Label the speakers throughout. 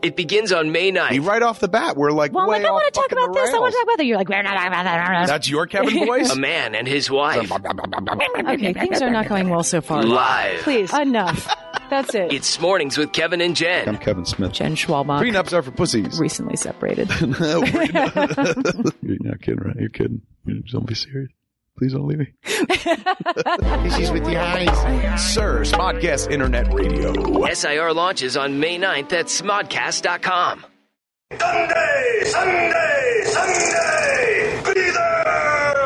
Speaker 1: It begins on May 9th.
Speaker 2: You right off the bat, we're like,
Speaker 3: Well, I'm
Speaker 2: way
Speaker 3: like, I
Speaker 2: want to
Speaker 3: talk about this. I want to talk about that. You're like, we're not talking about that.
Speaker 2: That's your Kevin voice.
Speaker 1: A man and his wife
Speaker 3: Okay, things are not going well so far.
Speaker 1: live.
Speaker 3: Please, enough. That's it.
Speaker 1: It's mornings with Kevin and
Speaker 2: I'm
Speaker 1: Jen.
Speaker 2: Kevin Smith.
Speaker 3: Jen Schwalbach,
Speaker 2: Prenups are for pussies.
Speaker 3: recently separated.
Speaker 2: No, prenup- You're not kidding, right? You're kidding. Don't be serious. Please don't leave me. Pussies with your eyes. Sirs, podcast internet radio.
Speaker 1: SIR launches on May 9th at smodcast.com.
Speaker 4: Sunday, Sunday, Sunday, be there!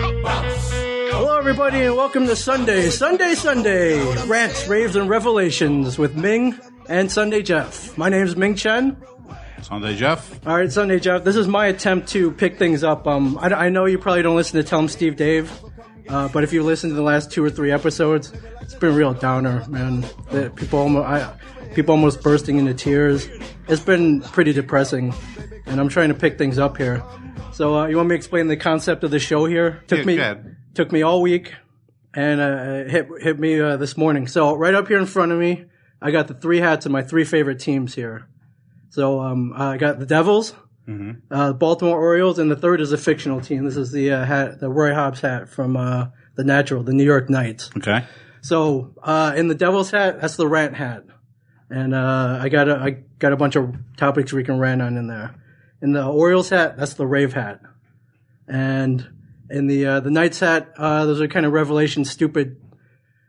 Speaker 5: Hello, everybody, and welcome to Sunday, Sunday, Sunday Rants, Raves, and Revelations with Ming and Sunday Jeff. My name's Ming Chen.
Speaker 6: Sunday Jeff.
Speaker 5: All right, Sunday Jeff, this is my attempt to pick things up. Um, I, I know you probably don't listen to Tell 'em Steve Dave, uh, but if you listen to the last two or three episodes, it's been a real downer, man. The, people, almost, I, people almost bursting into tears. It's been pretty depressing, and I'm trying to pick things up here. So, uh, you want me to explain the concept of the show here? Took
Speaker 6: Yeah,
Speaker 5: me
Speaker 6: go ahead.
Speaker 5: took me all week, and uh, it hit hit me uh, this morning. So right up here in front of me, I got the three hats of my three favorite teams here. So um, I got the Devils, uh, Baltimore Orioles, and the third is a fictional team. This is the uh, hat, the Roy Hobbs hat from uh, the Natural, the New York Knights.
Speaker 6: Okay.
Speaker 5: So uh, in the Devil's hat, that's the rant hat, and uh, I got a I got a bunch of topics we can rant on in there. In the Orioles hat, that's the rave hat, and in the uh, the Knights hat, uh, those are kind of revelation, stupid,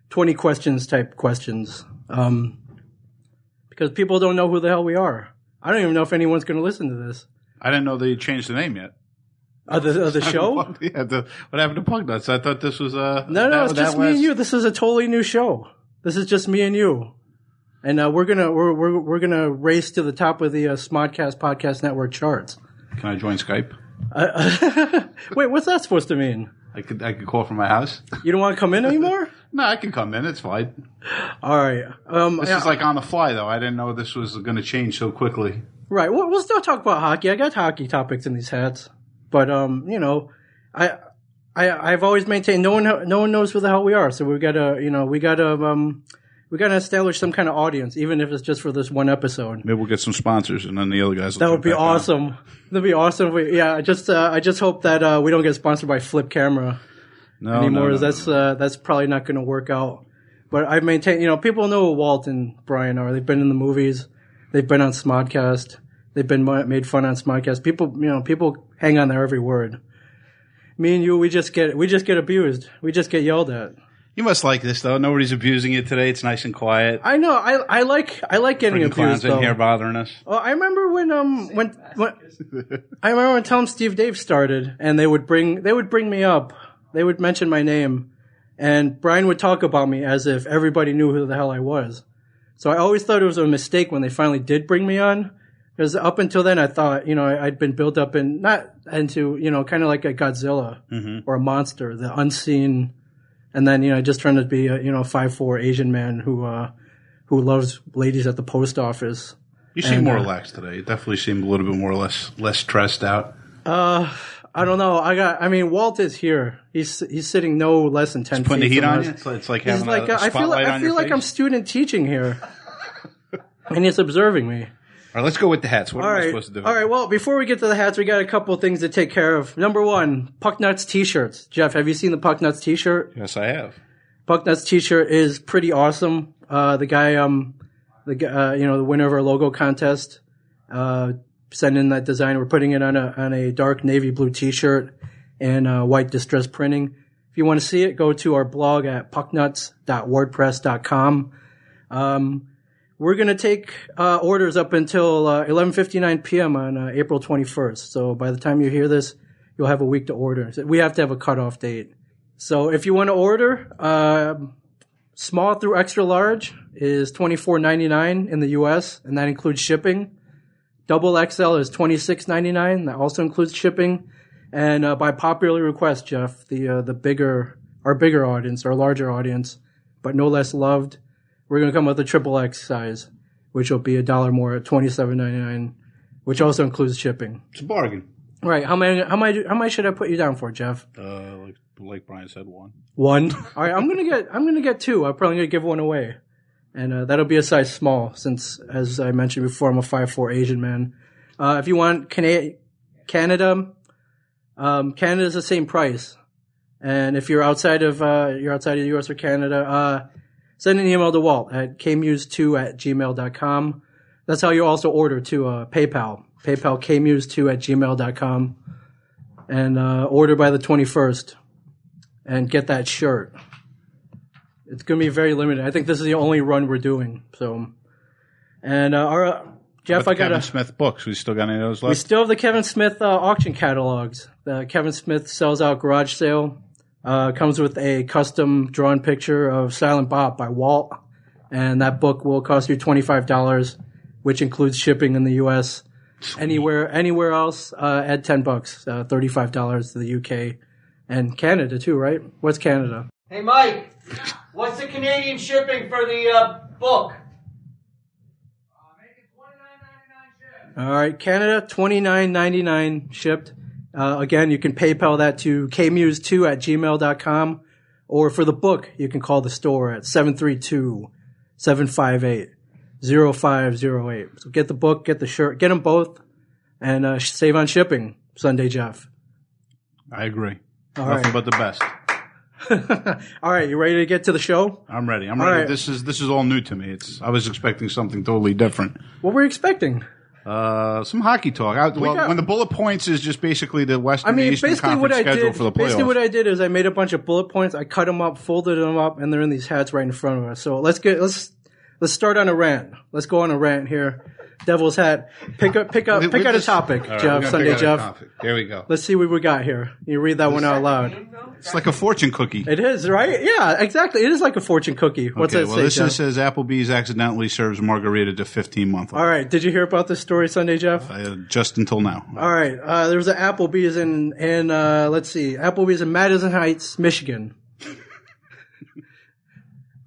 Speaker 5: twenty questions type questions, um, because people don't know who the hell we are. I don't even know if anyone's going to listen to this.
Speaker 6: I didn't know they changed the name yet.
Speaker 5: Uh, the, uh, the show?
Speaker 6: yeah, the, what happened to Pug Nuts? I thought this was uh
Speaker 5: No, no,
Speaker 6: that-
Speaker 5: it's
Speaker 6: that
Speaker 5: just me
Speaker 6: was-
Speaker 5: and you. This is a totally new show. This is just me and you, and uh, we're gonna we're, we're we're gonna race to the top of the uh, Smodcast podcast network charts.
Speaker 6: Can I join Skype?
Speaker 5: Uh, wait, what's that supposed to mean?
Speaker 6: I could I could call from my house.
Speaker 5: You don't want to come in anymore?
Speaker 6: no, I can come in. It's fine.
Speaker 5: All right, um,
Speaker 6: This is like on the fly though. I didn't know this was going to change so quickly.
Speaker 5: right. Well, we'll still talk about hockey. I got hockey topics in these hats, but um, you know, I. I, I've always maintained no one no one knows who the hell we are, so we gotta you know we gotta um we gotta establish some kind of audience, even if it's just for this one episode.
Speaker 6: Maybe we'll get some sponsors, and then the other guys. Will
Speaker 5: That
Speaker 6: jump
Speaker 5: would be
Speaker 6: back on.
Speaker 5: awesome. That'd be awesome. if We, yeah, I just uh, I just hope that uh, we don't get sponsored by Flip Camera
Speaker 6: No, no,
Speaker 5: anymore.
Speaker 6: no.
Speaker 5: That's uh, that's probably not going to work out. But I maintain, you know, people know who Walt and Brian are. They've been in the movies. They've been on Smodcast. They've been mo- made fun on Smodcast. People, you know, people hang on their every word. Me and you, we just get we just get abused. We just get yelled at.
Speaker 6: You must like this though. Nobody's abusing it today. It's nice and quiet.
Speaker 5: I know. I I like I like getting
Speaker 6: Freaking
Speaker 5: abused
Speaker 6: clowns in
Speaker 5: though.
Speaker 6: here bothering us.
Speaker 5: Oh, I remember when um when, when I remember when Tom Steve Dave started, and they would bring they would bring me up. They would mention my name, and Brian would talk about me as if everybody knew who the hell I was. So I always thought it was a mistake when they finally did bring me on, because up until then I thought you know I, I'd been built up in not into you know kind of like a Godzilla or a monster, the unseen, and then you know just trying to be a you know five four Asian man who uh who loves ladies at the post office.
Speaker 6: You seem
Speaker 5: And,
Speaker 6: more
Speaker 5: uh,
Speaker 6: relaxed today. You definitely seemed a little bit more less less stressed out.
Speaker 5: Uh, I don't know. I got. I mean, Walt is here. He's he's sitting no less than ten.
Speaker 6: Putting the
Speaker 5: feet
Speaker 6: heat
Speaker 5: from
Speaker 6: on
Speaker 5: us.
Speaker 6: you. It's like, it's like
Speaker 5: He's
Speaker 6: having
Speaker 5: like,
Speaker 6: a,
Speaker 5: uh,
Speaker 6: a
Speaker 5: I feel.
Speaker 6: spotlight
Speaker 5: I
Speaker 6: on
Speaker 5: feel
Speaker 6: your
Speaker 5: like
Speaker 6: face.
Speaker 5: I'm student teaching here, and he's observing me.
Speaker 6: All right, let's go with the hats. What
Speaker 5: All
Speaker 6: am I
Speaker 5: right.
Speaker 6: supposed to do?
Speaker 5: All right. Well, before we get to the hats, we got a couple of things to take care of. Number one, Pucknuts t-shirts. Jeff, have you seen the Pucknuts t-shirt?
Speaker 6: Yes, I have.
Speaker 5: Bucknut's t-shirt is pretty awesome. Uh, the guy, um, the gu- uh, you know, the winner of our logo contest, uh, sent in that design. We're putting it on a on a dark navy blue t-shirt and uh, white distress printing. If you want to see it, go to our blog at pucknuts.wordpress.com. Um, we're gonna take uh, orders up until uh, 11:59 p.m. on uh, April 21st. So by the time you hear this, you'll have a week to order. So we have to have a cutoff date. So if you want to order, um small through extra large is twenty four ninety nine in the U.S. and that includes shipping. Double XL is twenty six ninety nine. That also includes shipping. And uh, by popular request, Jeff, the uh, the bigger our bigger audience, our larger audience, but no less loved. We're gonna come with a triple X size, which will be a dollar more at twenty seven ninety nine, which also includes shipping.
Speaker 6: It's a bargain.
Speaker 5: All Right? How many? How many? How many should I put you down for, Jeff?
Speaker 6: Uh, like, like Brian said, one.
Speaker 5: One. All right, I'm gonna get I'm gonna get two. I'm probably gonna give one away, and uh, that'll be a size small since, as I mentioned before, I'm a five four Asian man. Uh, if you want Cana- Canada, um, Canada's the same price, and if you're outside of uh, you're outside of the U.S. or Canada, uh, send an email to Walt at kmuse2 at gmail.com. That's how you also order to uh, PayPal. PayPal kmuse2 at gmail.com and uh, order by the 21st and get that shirt. It's going to be very limited. I think this is the only run we're doing. So, and uh, our uh, Jeff,
Speaker 6: But
Speaker 5: I got
Speaker 6: Kevin
Speaker 5: a.
Speaker 6: Smith books. We still got any of those
Speaker 5: We
Speaker 6: left?
Speaker 5: still have the Kevin Smith uh, auction catalogs. The Kevin Smith sells out garage sale. Uh, comes with a custom drawn picture of Silent Bob by Walt, and that book will cost you twenty five dollars, which includes shipping in the U.S. Anywhere, anywhere else, uh, add ten bucks, uh, thirty five dollars to the U.K. and Canada too, right? What's Canada?
Speaker 7: Hey, Mike, what's the Canadian shipping for the uh, book?
Speaker 5: All right, Canada twenty nine ninety nine shipped. Uh, again, you can PayPal that to kmuse2 at gmail.com, or for the book, you can call the store at 732 758 0508. So get the book, get the shirt, get them both, and uh, sh- save on shipping, Sunday Jeff.
Speaker 6: I agree.
Speaker 5: right.
Speaker 6: Nothing but the best.
Speaker 5: All right, you ready to get to the show?
Speaker 6: I'm ready. I'm
Speaker 5: All
Speaker 6: ready.
Speaker 5: right.
Speaker 6: This is this is all new to me. It's I was expecting something totally different.
Speaker 5: What were you expecting?
Speaker 6: Uh, some hockey talk. I, well,
Speaker 5: got-
Speaker 6: when the bullet points is just basically the Western
Speaker 5: I mean,
Speaker 6: Eastern
Speaker 5: basically what
Speaker 6: Conference
Speaker 5: I
Speaker 6: schedule
Speaker 5: did.
Speaker 6: for the playoffs.
Speaker 5: Basically, what I did is I made a bunch of bullet points. I cut them up, folded them up, and they're in these hats right in front of us. So let's get let's let's start on a rant. Let's go on a rant here. Devil's hat. Pick up, pick up,
Speaker 6: We-
Speaker 5: uh, pick
Speaker 6: we
Speaker 5: out a
Speaker 6: just-
Speaker 5: topic,
Speaker 6: All right, we're
Speaker 5: Jeff.
Speaker 6: gonna
Speaker 5: Sunday,
Speaker 6: pick out a
Speaker 5: Jeff.
Speaker 6: topic. There we go.
Speaker 5: Let's see what we got here. You read that one out loud.
Speaker 6: It's like a fortune cookie.
Speaker 5: It is right. Yeah, exactly. It is like a fortune cookie. What's
Speaker 6: okay,
Speaker 5: that
Speaker 6: well,
Speaker 5: say,
Speaker 6: this
Speaker 5: Jeff?
Speaker 6: is, says Applebee's accidentally serves margarita to 15 month old.
Speaker 5: All right. Did you hear about this story, Sunday, Jeff?
Speaker 6: Uh, just until now.
Speaker 5: All right. Uh, there was an Applebee's in, in uh, let's see, Applebee's in Madison Heights, Michigan.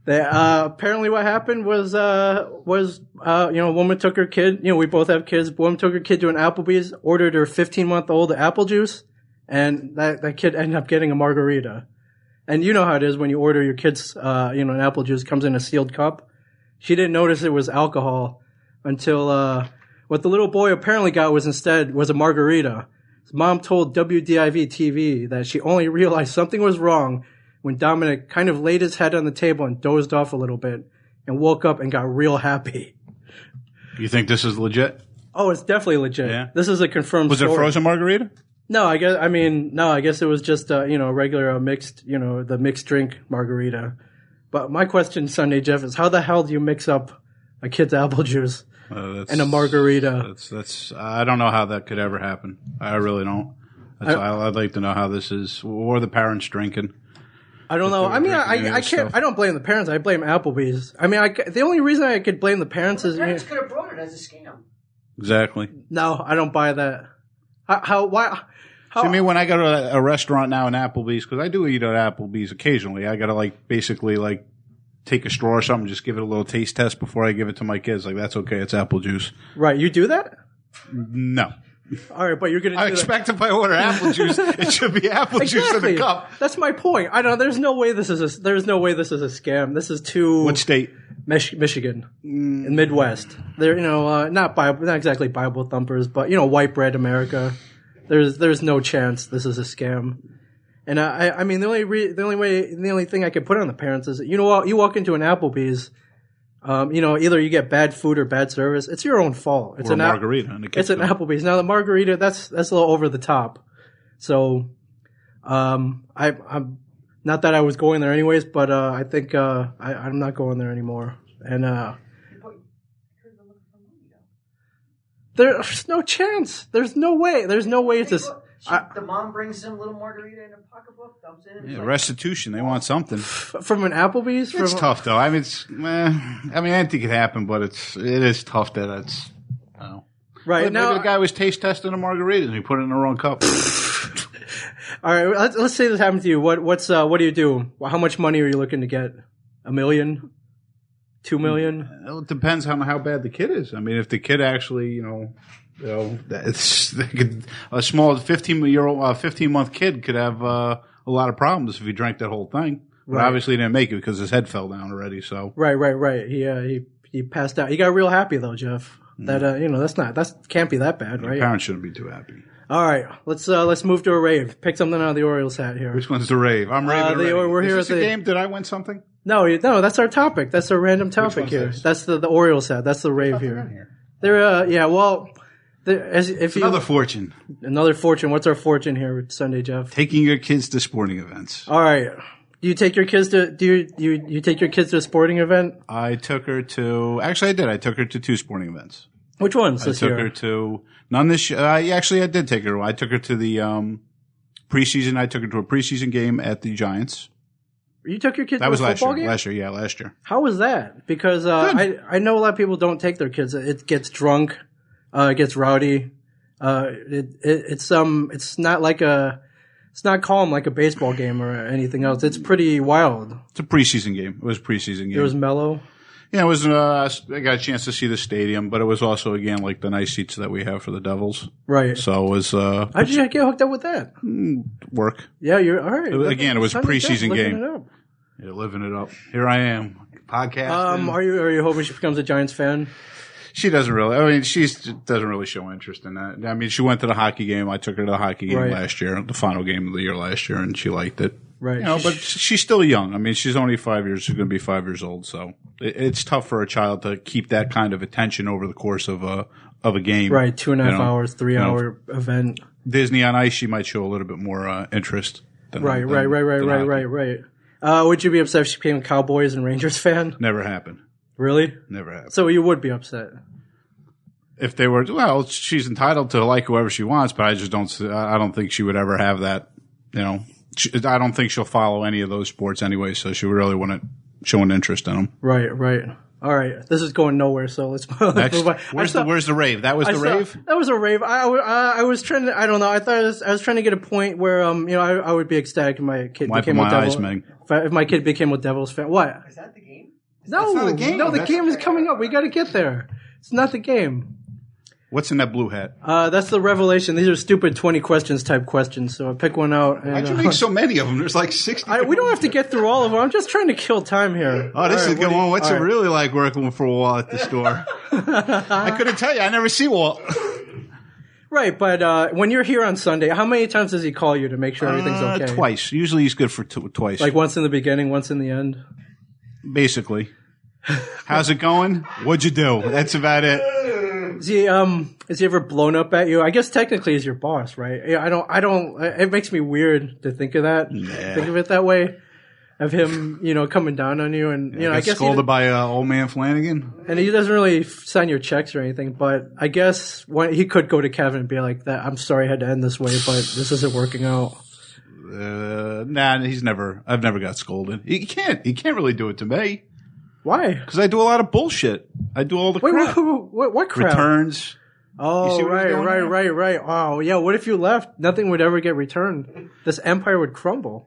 Speaker 5: they, uh, apparently, what happened was uh, was uh, you know a woman took her kid. You know, we both have kids. Woman took her kid to an Applebee's, ordered her 15 month old apple juice, and that that kid ended up getting a margarita. And you know how it is when you order your kids, uh, you know, an apple juice comes in a sealed cup. She didn't notice it was alcohol until uh, what the little boy apparently got was instead was a margarita. His mom told WDIV TV that she only realized something was wrong when Dominic kind of laid his head on the table and dozed off a little bit and woke up and got real happy.
Speaker 6: You think this is legit?
Speaker 5: Oh, it's definitely legit.
Speaker 6: Yeah.
Speaker 5: This is a confirmed.
Speaker 6: Was it
Speaker 5: story.
Speaker 6: frozen margarita?
Speaker 5: No, I guess I mean no. I guess it was just uh, you know regular uh, mixed you know the mixed drink margarita. But my question, Sunday Jeff, is how the hell do you mix up a kid's apple juice
Speaker 6: Uh, that's,
Speaker 5: and a margarita?
Speaker 6: That's, that's, I don't know how that could ever happen. I really don't. That's, I, I'd like to know how this is. What are the parents drinking?
Speaker 5: I don't know. I mean, I,
Speaker 6: drinking
Speaker 5: I, I can't.
Speaker 6: and stuff.
Speaker 5: I don't blame the parents. I blame Applebee's. I mean, I ca- the only reason I could blame the parents is
Speaker 7: Parents could have brought it as a scam.
Speaker 6: Exactly.
Speaker 5: no, I don't buy that. How? how why? How,
Speaker 6: I mean, when I go to a, a restaurant now in Applebee's, because I do eat at Applebee's occasionally, I gotta like basically like take a straw or something, just give it a little taste test before I give it to my kids. Like that's okay, it's apple juice.
Speaker 5: right? You do that?
Speaker 6: No,
Speaker 5: All right, but you're gonna.
Speaker 6: I
Speaker 5: do that-
Speaker 6: expect if I order apple juice, it should be apple juice in
Speaker 5: Exactly.
Speaker 6: the cup.
Speaker 5: That's my point. I don't. There's no way this is a. There's no way this is a scam. This is too.
Speaker 6: What state?
Speaker 5: Mich- Michigan, in Midwest. They're you know uh, not Bible, not exactly Bible thumpers, but you know white bread America. There's there's no chance this is a scam. And I I- I mean the only re- the only way the only thing I could put on the parents is you know what you walk into an Applebee's, um you know either you get bad food or bad service. It's your own fault. It's
Speaker 6: Or a
Speaker 5: an app-
Speaker 6: margarita? And the
Speaker 5: it's
Speaker 6: kids
Speaker 5: an
Speaker 6: don't.
Speaker 5: Applebee's. Now the margarita, that's that's a little over the top. So, um, I, I'm not that I was going there anyways, but uh, I think uh, I, I'm not going there anymore. And uh, there's no chance. There's no way. There's no way to. s-
Speaker 7: She, the mom brings him a little margarita in a pocketbook, dumps it in.
Speaker 6: Yeah, restitution. They want something.
Speaker 5: From an Applebee's,
Speaker 6: It's
Speaker 5: from
Speaker 6: tough though. I mean, it's. eh, I mean, anything could happen, but it's it is tough that it's. Oh.
Speaker 5: right
Speaker 6: Maybe
Speaker 5: now,
Speaker 6: the guy was taste testing a margarita and he put it in the wrong cup.
Speaker 5: all right. Let's, let's say this happened to you. What what's uh, what do you do? How much money are you looking to get? a million, two million.
Speaker 6: Well, it depends on how bad the kid is. I mean, if the kid actually, you know, you know, that's, they could, a small fifteen-year-old, uh, fifteen-month kid could have uh, a lot of problems if he drank that whole thing. But
Speaker 5: Right.
Speaker 6: obviously, he didn't make it because his head fell down already. So
Speaker 5: Right, right, right. He uh, he he passed out. He got real happy though, Jeff.
Speaker 6: Mm.
Speaker 5: That uh, you know that's not that's can't be that bad, right?
Speaker 6: parents shouldn't be too happy.
Speaker 5: All right, let's uh, let's move to a rave. Pick something out of the Orioles hat here.
Speaker 6: Which one's the rave? I'm raving.
Speaker 5: they-
Speaker 6: already.
Speaker 5: we're
Speaker 6: Is
Speaker 5: here
Speaker 6: this
Speaker 5: at
Speaker 6: a
Speaker 5: Uh, the-
Speaker 6: game. Did I win something?
Speaker 5: No, you- no, that's our topic. That's a random topic
Speaker 6: one's
Speaker 5: here.
Speaker 6: this?
Speaker 5: That's the the Orioles hat. That's the rave here. There, uh, yeah. Well, there, as, if you
Speaker 6: Another fortune.
Speaker 5: another fortune. What's our fortune here with Sunday, Jeff?
Speaker 6: Taking your kids to sporting events.
Speaker 5: All right. Do you take your kids to do you you, you take your kids to a sporting event?
Speaker 6: I took her to. Actually, I did. I took her to two sporting events.
Speaker 5: Which ones
Speaker 6: I
Speaker 5: this
Speaker 6: took
Speaker 5: year?
Speaker 6: her to none this. year. I actually I did take her. I took her to the um, preseason. I took her to a preseason game at the Giants.
Speaker 5: you took your kids
Speaker 6: That
Speaker 5: to
Speaker 6: was
Speaker 5: a
Speaker 6: last year.
Speaker 5: football game.
Speaker 6: Last year, yeah, last year.
Speaker 5: How was that? Because uh, I I know a lot of people don't take their kids. It gets drunk, uh, it gets rowdy. Uh, it, it it's um it's not like a it's not calm like a baseball game or anything else. It's pretty wild.
Speaker 6: It's a preseason game. It was a preseason game.
Speaker 5: It was mellow.
Speaker 6: yeah, it was. Uh, I got a chance to see the stadium, but it was also again like the nice seats that we have for the Devils.
Speaker 5: Right.
Speaker 6: So it was uh,
Speaker 5: How did you get hooked up with that?
Speaker 6: work.
Speaker 5: Yeah, you're all right.
Speaker 6: was- again, it was a
Speaker 5: Sunday, Jeff,
Speaker 6: preseason
Speaker 5: looking
Speaker 6: game.
Speaker 5: it up.
Speaker 6: Yeah, living it up. Here I am. Podcast.
Speaker 5: Um, are you are you hoping she becomes a Giants fan?
Speaker 6: She doesn't really. I mean, she doesn't really show interest in that. I mean, she went to the hockey game. I took her to the hockey game
Speaker 5: Right.
Speaker 6: last year, the final game of the year last year, and she liked it.
Speaker 5: Right.
Speaker 6: You know, but she's still young. I mean, she's only five years. She's going to be five years old. So it, it's tough for a child to keep that kind of attention over the course of a of a game.
Speaker 5: right, two and a half
Speaker 6: You know,
Speaker 5: hours, three
Speaker 6: you know,
Speaker 5: hour event.
Speaker 6: Disney on Ice. She might show a little bit more uh, interest. Than,
Speaker 5: Right,
Speaker 6: than-
Speaker 5: right, right, right,
Speaker 6: than
Speaker 5: right,
Speaker 6: hockey.
Speaker 5: right, right. Uh, would you be upset if she became a Cowboys and Rangers fan?
Speaker 6: Never happened.
Speaker 5: Really?
Speaker 6: Never happened.
Speaker 5: So you would be upset.
Speaker 6: if they were well, she's entitled to like whoever she wants, but I just don't. I don't think she would ever have that. You know, she, I don't think she'll follow any of those sports anyway. So she really wouldn't show an interest in them.
Speaker 5: Right, right. All right, this is going nowhere. So let's let's
Speaker 6: Next,
Speaker 5: move on. I
Speaker 6: where's the
Speaker 5: saw-
Speaker 6: where's the rave? That was
Speaker 5: I
Speaker 6: the
Speaker 5: saw-
Speaker 6: rave.
Speaker 5: That was a rave. I, I, I was trying to. I don't know. I thought I was, I was trying to get a point where um you know I, I would be ecstatic if my kid
Speaker 6: Wiping
Speaker 5: became a
Speaker 6: my
Speaker 5: devil.
Speaker 6: eyes, Meg.
Speaker 5: If, I, if my kid became a Devils fan, what?
Speaker 7: Is that the game?
Speaker 5: No,
Speaker 6: not a game.
Speaker 5: no, the
Speaker 6: That's-
Speaker 5: game is coming up. We got to get there. It's not the game.
Speaker 6: What's in that blue hat?
Speaker 5: Uh, that's the revelation. These are stupid twenty questions type questions. So I pick one out. And,
Speaker 6: How'd you
Speaker 5: uh,
Speaker 6: make so many of them? There's like sixty.
Speaker 5: I, we don't have to get through all of them. I'm just trying to kill time here.
Speaker 6: Oh,
Speaker 5: All
Speaker 6: this is
Speaker 5: right,
Speaker 6: a good
Speaker 5: what do you-
Speaker 6: one. What's
Speaker 5: all
Speaker 6: it
Speaker 5: right.
Speaker 6: really like working for Walt at the store? I couldn't tell you. I never see Walt.
Speaker 5: Right, but uh, when you're here on Sunday, how many times does he call you to make sure everything's
Speaker 6: Uh,
Speaker 5: okay?
Speaker 6: Twice. Usually he's good for t- twice.
Speaker 5: Like once in the beginning, once in the end.
Speaker 6: basically. How's it going? What'd you do? That's about it.
Speaker 5: Is he um is he ever blown up at you? I guess technically he's your boss, right? Yeah, I don't I don't it makes me weird to think of that. Think of it that way. Of him, you know, coming down on you and you know, I
Speaker 6: Got
Speaker 5: guess he,
Speaker 6: scolded by uh, old man Flanagan.
Speaker 5: and he doesn't really f- sign your checks or anything, but I guess when, he could go to Kevin and be like that I'm sorry I had to end this way, but this isn't working out.
Speaker 6: Uh, nah, he's never. I've never got scolded. He can't. He can't really do it to me
Speaker 5: Why?
Speaker 6: because I do a lot of bullshit. I do all the
Speaker 5: Wait,
Speaker 6: crap.
Speaker 5: what, what, what crap?
Speaker 6: returns. You
Speaker 5: Oh,
Speaker 6: see what he's
Speaker 5: right,
Speaker 6: doing
Speaker 5: right,
Speaker 6: there?
Speaker 5: right, right. Oh, yeah. What if you left? Nothing would ever get returned. This empire would crumble.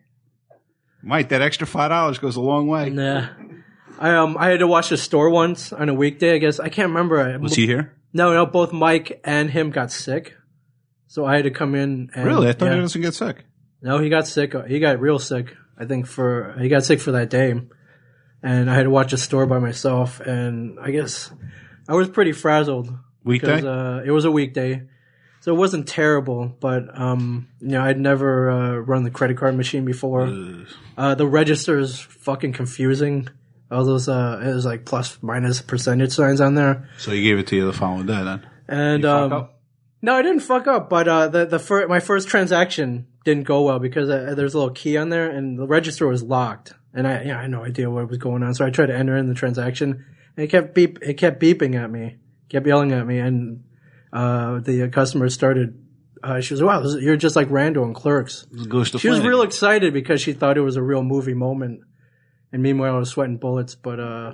Speaker 6: Mike, that extra five dollars goes a long way.
Speaker 5: Nah. I um I had to watch the store once on a weekday. I guess I can't remember. I-
Speaker 6: Was he here?
Speaker 5: No, no. Both Mike and him got sick, so I had to come in. And,
Speaker 6: Really? I thought he
Speaker 5: yeah.
Speaker 6: doesn't get sick.
Speaker 5: No, he got sick. He got real sick. I think for he got sick for that day, and I had to watch a store by myself. And I guess I was pretty frazzled.
Speaker 6: Weekday.
Speaker 5: because uh, it was a weekday, so it wasn't terrible. But um, you know, I'd never uh, run the credit card machine before. Uh, the register is fucking confusing. All those uh, it was like plus minus percentage signs on there,
Speaker 6: so he gave it to you the following day. Then
Speaker 5: and
Speaker 6: Fuck
Speaker 5: um,
Speaker 6: up.
Speaker 5: no, I didn't fuck up. But uh, the the fir- my first transaction didn't go well because uh, there's a little key on there, and the register was locked, and I you know, I had no idea what was going on, so I tried to enter in the transaction, and it kept beep, it kept beeping at me, kept yelling at me, and uh, the customer started. Uh, she was wow, this is- you're just like Randall and Clerks.
Speaker 6: It goes to
Speaker 5: She was
Speaker 6: Flanagan.
Speaker 5: real excited because she thought it was a real movie moment, and meanwhile I was sweating bullets. But uh,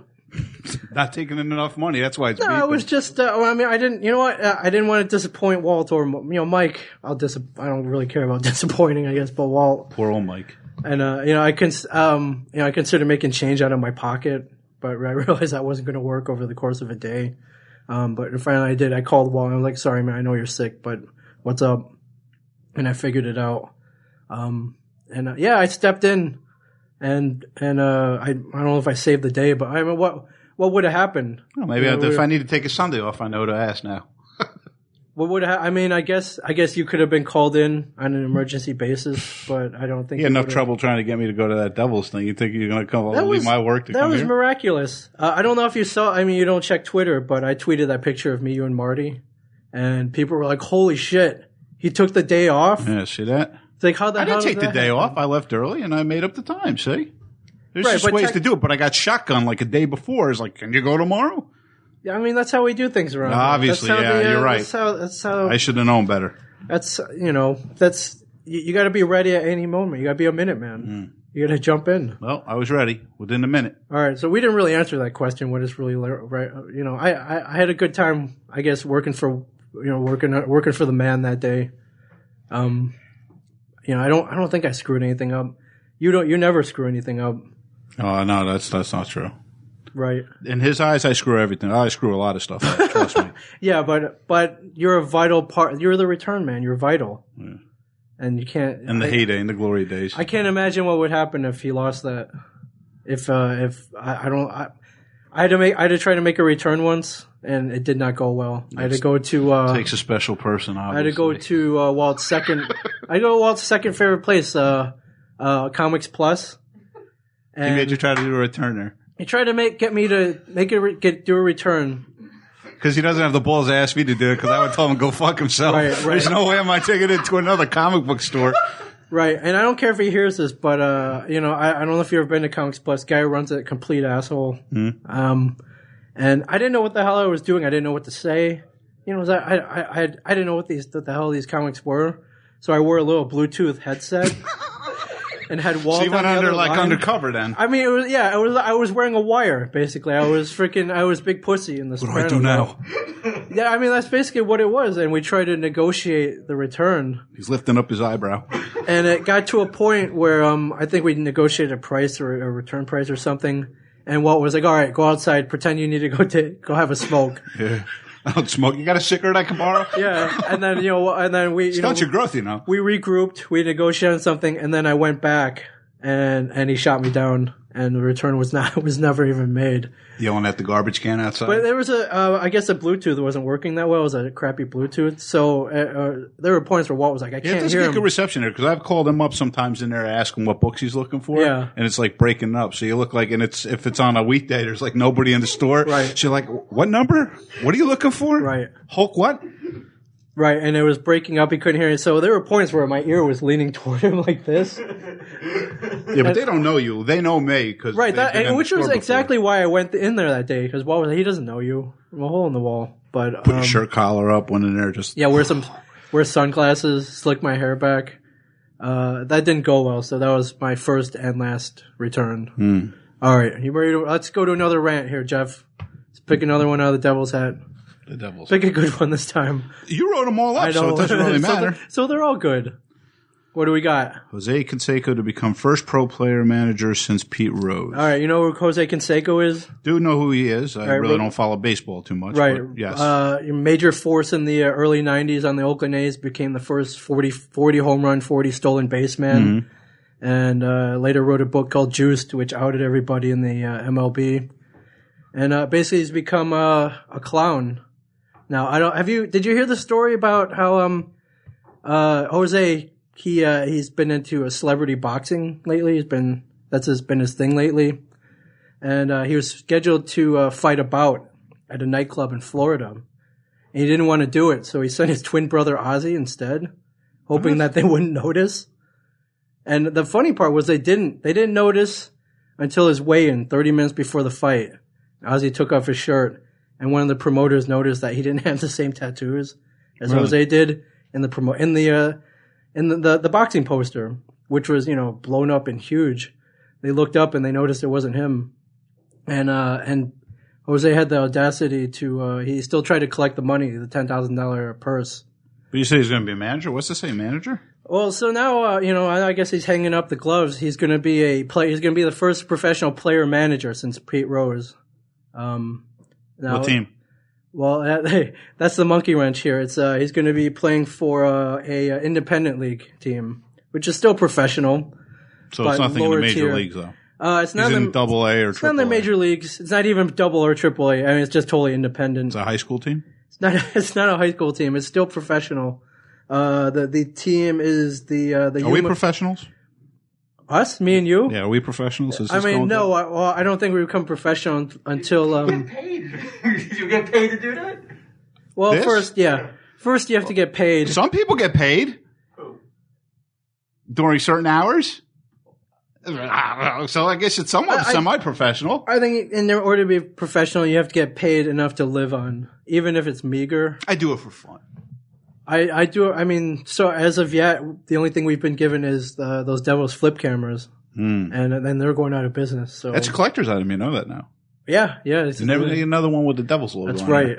Speaker 6: not taking in enough money. That's why it's.
Speaker 5: no, I
Speaker 6: beeping.
Speaker 5: was just. Uh, well, I mean, I didn't. You know what? Uh, I didn't want to disappoint Walt or you know Mike. I'll dis. I don't really care about disappointing, I guess. But Walt,
Speaker 6: poor old Mike.
Speaker 5: and uh, you know I cons- um, you know I considered making change out of my pocket, but I realized that wasn't going to work over the course of a day. Um, but finally, I did. I called Wong. I'm like, "Sorry, man. I know you're sick, but what's up?" And I figured it out. Um, and uh, yeah, I stepped in, and and uh, I I don't know if I saved the day, but I mean, what what would have happened?
Speaker 6: Well, maybe
Speaker 5: Yeah,
Speaker 6: I- if
Speaker 5: we're-
Speaker 6: I need to take a Sunday off, I know to ask now.
Speaker 5: What would ha- I mean? I guess I guess you could have been called in on an emergency basis, but I don't think
Speaker 6: He had
Speaker 5: you
Speaker 6: enough
Speaker 5: would've-
Speaker 6: trouble trying to get me to go to that Devils thing. You think you're going to come leave my work to
Speaker 5: that
Speaker 6: come
Speaker 5: was
Speaker 6: here?
Speaker 5: miraculous. Uh, I don't know if you saw. I mean, you don't check Twitter, but I tweeted that picture of me, you, and Marty, and people were like, "Holy shit, he took the day off!"
Speaker 6: yeah, see that?
Speaker 5: It's like how the
Speaker 6: Mm-hmm. I
Speaker 5: hell does
Speaker 6: didn't take the
Speaker 5: that
Speaker 6: day
Speaker 5: happen?
Speaker 6: off. I left early and I made up the time. See, there's
Speaker 5: Right,
Speaker 6: just
Speaker 5: but
Speaker 6: ways
Speaker 5: tech-
Speaker 6: to do it. But I got shotgun like a day before. It's like, can you go tomorrow?
Speaker 5: I mean, that's how we do things around. here.
Speaker 6: Obviously,
Speaker 5: That's how uh,
Speaker 6: yeah, you're right.
Speaker 5: That's how. That's how.
Speaker 6: I should have known better.
Speaker 5: that's you know. That's you, you got to be ready at any moment. You got to be a minute
Speaker 6: Mm.
Speaker 5: man. You got to jump in.
Speaker 6: Well, I was ready within a minute.
Speaker 5: All right, so we didn't really answer that question. What is really le- right? You know, I, I, I had a good time, I guess, working for you know working working for the man that day. Um, you know, I don't I don't think I screwed anything up. You don't you never screw anything up,
Speaker 6: Oh no, that's that's not true.
Speaker 5: right?
Speaker 6: In his eyes, I screw everything. I screw a lot of stuff. up, Trust me.
Speaker 5: Yeah, but but you're a vital part. You're the return man. You're vital, and you can't.
Speaker 6: In the
Speaker 5: I,
Speaker 6: heyday, in the glory days.
Speaker 5: I can't imagine what would happen if he lost that. If uh, if I, I don't, I, I had to make I had to try to make a return once, and it did not go well. I had to go to uh,
Speaker 6: takes a special person. Obviously.
Speaker 5: I had to go to uh, Walt's second. I go to Walt's second favorite place, uh, uh, Comics Plus.
Speaker 6: He
Speaker 5: And
Speaker 6: made you try to do a returner
Speaker 5: he tried to make get me to make it re- get do a return.
Speaker 6: because he doesn't have the balls to ask me to do it. Because I would tell him go fuck himself.
Speaker 5: Right, right.
Speaker 6: There's no way am I taking it to another comic book store.
Speaker 5: Right, and I don't care if he hears this, but uh, you know, I, I don't know if you've ever been to Comics Plus. Guy who runs a complete asshole.
Speaker 6: Hmm.
Speaker 5: Um, and I didn't know what the hell I was doing. I didn't know what to say. You know, I I I, I- I didn't know what these what the hell these comics were. So I wore a little Bluetooth headset and had Walt.
Speaker 6: So he
Speaker 5: on
Speaker 6: went
Speaker 5: the
Speaker 6: under
Speaker 5: other
Speaker 6: like
Speaker 5: line.
Speaker 6: undercover then.
Speaker 5: I mean, it was yeah. I was I was wearing a wire basically. I was freaking. I was big pussy in this.
Speaker 6: What do I do now?
Speaker 5: Yeah, I mean that's basically what it was. And we tried to negotiate the return,
Speaker 6: He's lifting up his eyebrow.
Speaker 5: and it got to a point where um I think we negotiated a price or a return price or something. And Walt was like, "All right, go outside, pretend you need to go ta- go have a smoke."
Speaker 6: Yeah. I don't smoke. You got a cigarette I can borrow?
Speaker 5: yeah, and then you know, and then we you know
Speaker 6: Don't you growth, you know?
Speaker 5: we regrouped, we negotiated something, and then I went back and and he shot me down, and the return was not was never even made.
Speaker 6: Yelling at the garbage can outside.
Speaker 5: But there was a, uh, I guess the Bluetooth wasn't working that well. It was a crappy Bluetooth. So uh, uh, there were points where Walt was like, I
Speaker 6: yeah, it
Speaker 5: can't
Speaker 6: doesn't
Speaker 5: hear
Speaker 6: get good
Speaker 5: him.
Speaker 6: reception there because I've called him up sometimes in there asking what books he's looking for.
Speaker 5: Yeah.
Speaker 6: And it's like breaking up. So you look like, and it's, if it's on a weekday, there's like nobody in the store.
Speaker 5: Right.
Speaker 6: So you're like, what number? What are you looking for?
Speaker 5: Right.
Speaker 6: Hulk what?
Speaker 5: right, and it was breaking up. He couldn't hear it. So there were points where my ear was leaning toward him like this.
Speaker 6: Yeah, but they don't know you. They know me because.
Speaker 5: Right, that, and, which was exactly why I went in there that day because Walt was like, he doesn't know you. I'm a hole in the wall. But
Speaker 6: Put
Speaker 5: um,
Speaker 6: your shirt collar up, went in there just.
Speaker 5: yeah, wear some wear sunglasses, slick my hair back. Uh, that didn't go well, so that was my first and last return.
Speaker 6: Hmm.
Speaker 5: All right, you ready? To, let's go to another rant here, Jeff. Let's pick another one out of the devil's hat.
Speaker 6: The devil's.
Speaker 5: Pick a good one this time.
Speaker 6: You wrote them all up,
Speaker 5: I
Speaker 6: so
Speaker 5: know.
Speaker 6: it doesn't really
Speaker 5: so,
Speaker 6: matter.
Speaker 5: they're- so they're all good. What do we got?
Speaker 6: Jose Canseco to become first pro player manager since Pete Rose.
Speaker 5: All right, you know who Jose Canseco is,
Speaker 6: Do know who he is. I
Speaker 5: right,
Speaker 6: really
Speaker 5: Ro-
Speaker 6: don't follow baseball too much.
Speaker 5: right?
Speaker 6: but yes.
Speaker 5: uh, major force in the uh, early '90s on the Oakland A's. Became the first 40, 40 home run, 40 stolen base man,
Speaker 6: Mm-hmm.
Speaker 5: and uh, later wrote a book called Juiced, which outed everybody in the uh, MLB. And uh, basically, he's become uh, a clown. Now, I don't. Have you? Did you hear the story about how um, uh, Jose he uh, he's been into a celebrity boxing lately. He's been that's his, been his thing lately, and uh, he was scheduled to uh, fight a bout at a nightclub in Florida, and he didn't want to do it, so he sent his twin brother Ozzy instead, hoping that they wouldn't notice. And the funny part was they didn't they didn't notice until his weigh-in, thirty minutes before the fight. Ozzy took off his shirt, and one of the promoters noticed that he didn't have the same tattoos as Jose did in the promo in the uh, in the, the the boxing poster, which was you know blown up and huge. They looked up and they noticed it wasn't him, and uh, and Jose had the audacity to uh, he still tried to collect the money, the ten thousand dollar purse.
Speaker 6: but you say he's going to be a manager? What's to say manager?
Speaker 5: Well, so now uh, you know. I I guess he's hanging up the gloves. He's going to be a play. He's going to be the first professional player manager since Pete Rose. Um, now,
Speaker 6: What team?
Speaker 5: Well, that, that's the monkey wrench here. It's uh, he's going to be playing for uh, a uh, independent league team, which is still professional.
Speaker 6: So it's
Speaker 5: but
Speaker 6: nothing in the
Speaker 5: lower
Speaker 6: major
Speaker 5: tier.
Speaker 6: leagues though.
Speaker 5: Uh, it's
Speaker 6: He's
Speaker 5: not
Speaker 6: in
Speaker 5: the,
Speaker 6: Double A or
Speaker 5: it's not in
Speaker 6: Triple
Speaker 5: the
Speaker 6: A.
Speaker 5: major leagues. It's not even double or triple A. I mean, it's just totally independent.
Speaker 6: It's a high school team.
Speaker 5: It's not. It's not a high school team. It's still professional. Uh, the the team is the uh, the
Speaker 6: Are we
Speaker 5: Yuma-
Speaker 6: professionals?
Speaker 5: us, me and you.
Speaker 6: Yeah, are we professionals? Is
Speaker 5: I
Speaker 6: this
Speaker 5: mean,
Speaker 6: going
Speaker 5: no. I, well, I don't think we become professional un- until um.
Speaker 7: Paid. you get paid to do that?
Speaker 5: Well,
Speaker 6: This?
Speaker 5: first, yeah. First, you have to get paid.
Speaker 6: good? Some people get paid during certain hours. So I guess it's somewhat
Speaker 5: I- I-
Speaker 6: semi-professional.
Speaker 5: I think in order to be professional, you have to get paid enough to live on, even if it's meager.
Speaker 6: I do it for fun.
Speaker 5: I, I do. I mean, so as of yet, the only thing we've been given is uh those Devils flip cameras, and and they're going out of business. So
Speaker 6: Hmm. That's a collector's item. You know that now.
Speaker 5: yeah, yeah. It's
Speaker 6: Never get another one with the devil's logo.
Speaker 5: That's
Speaker 6: on it.
Speaker 5: right.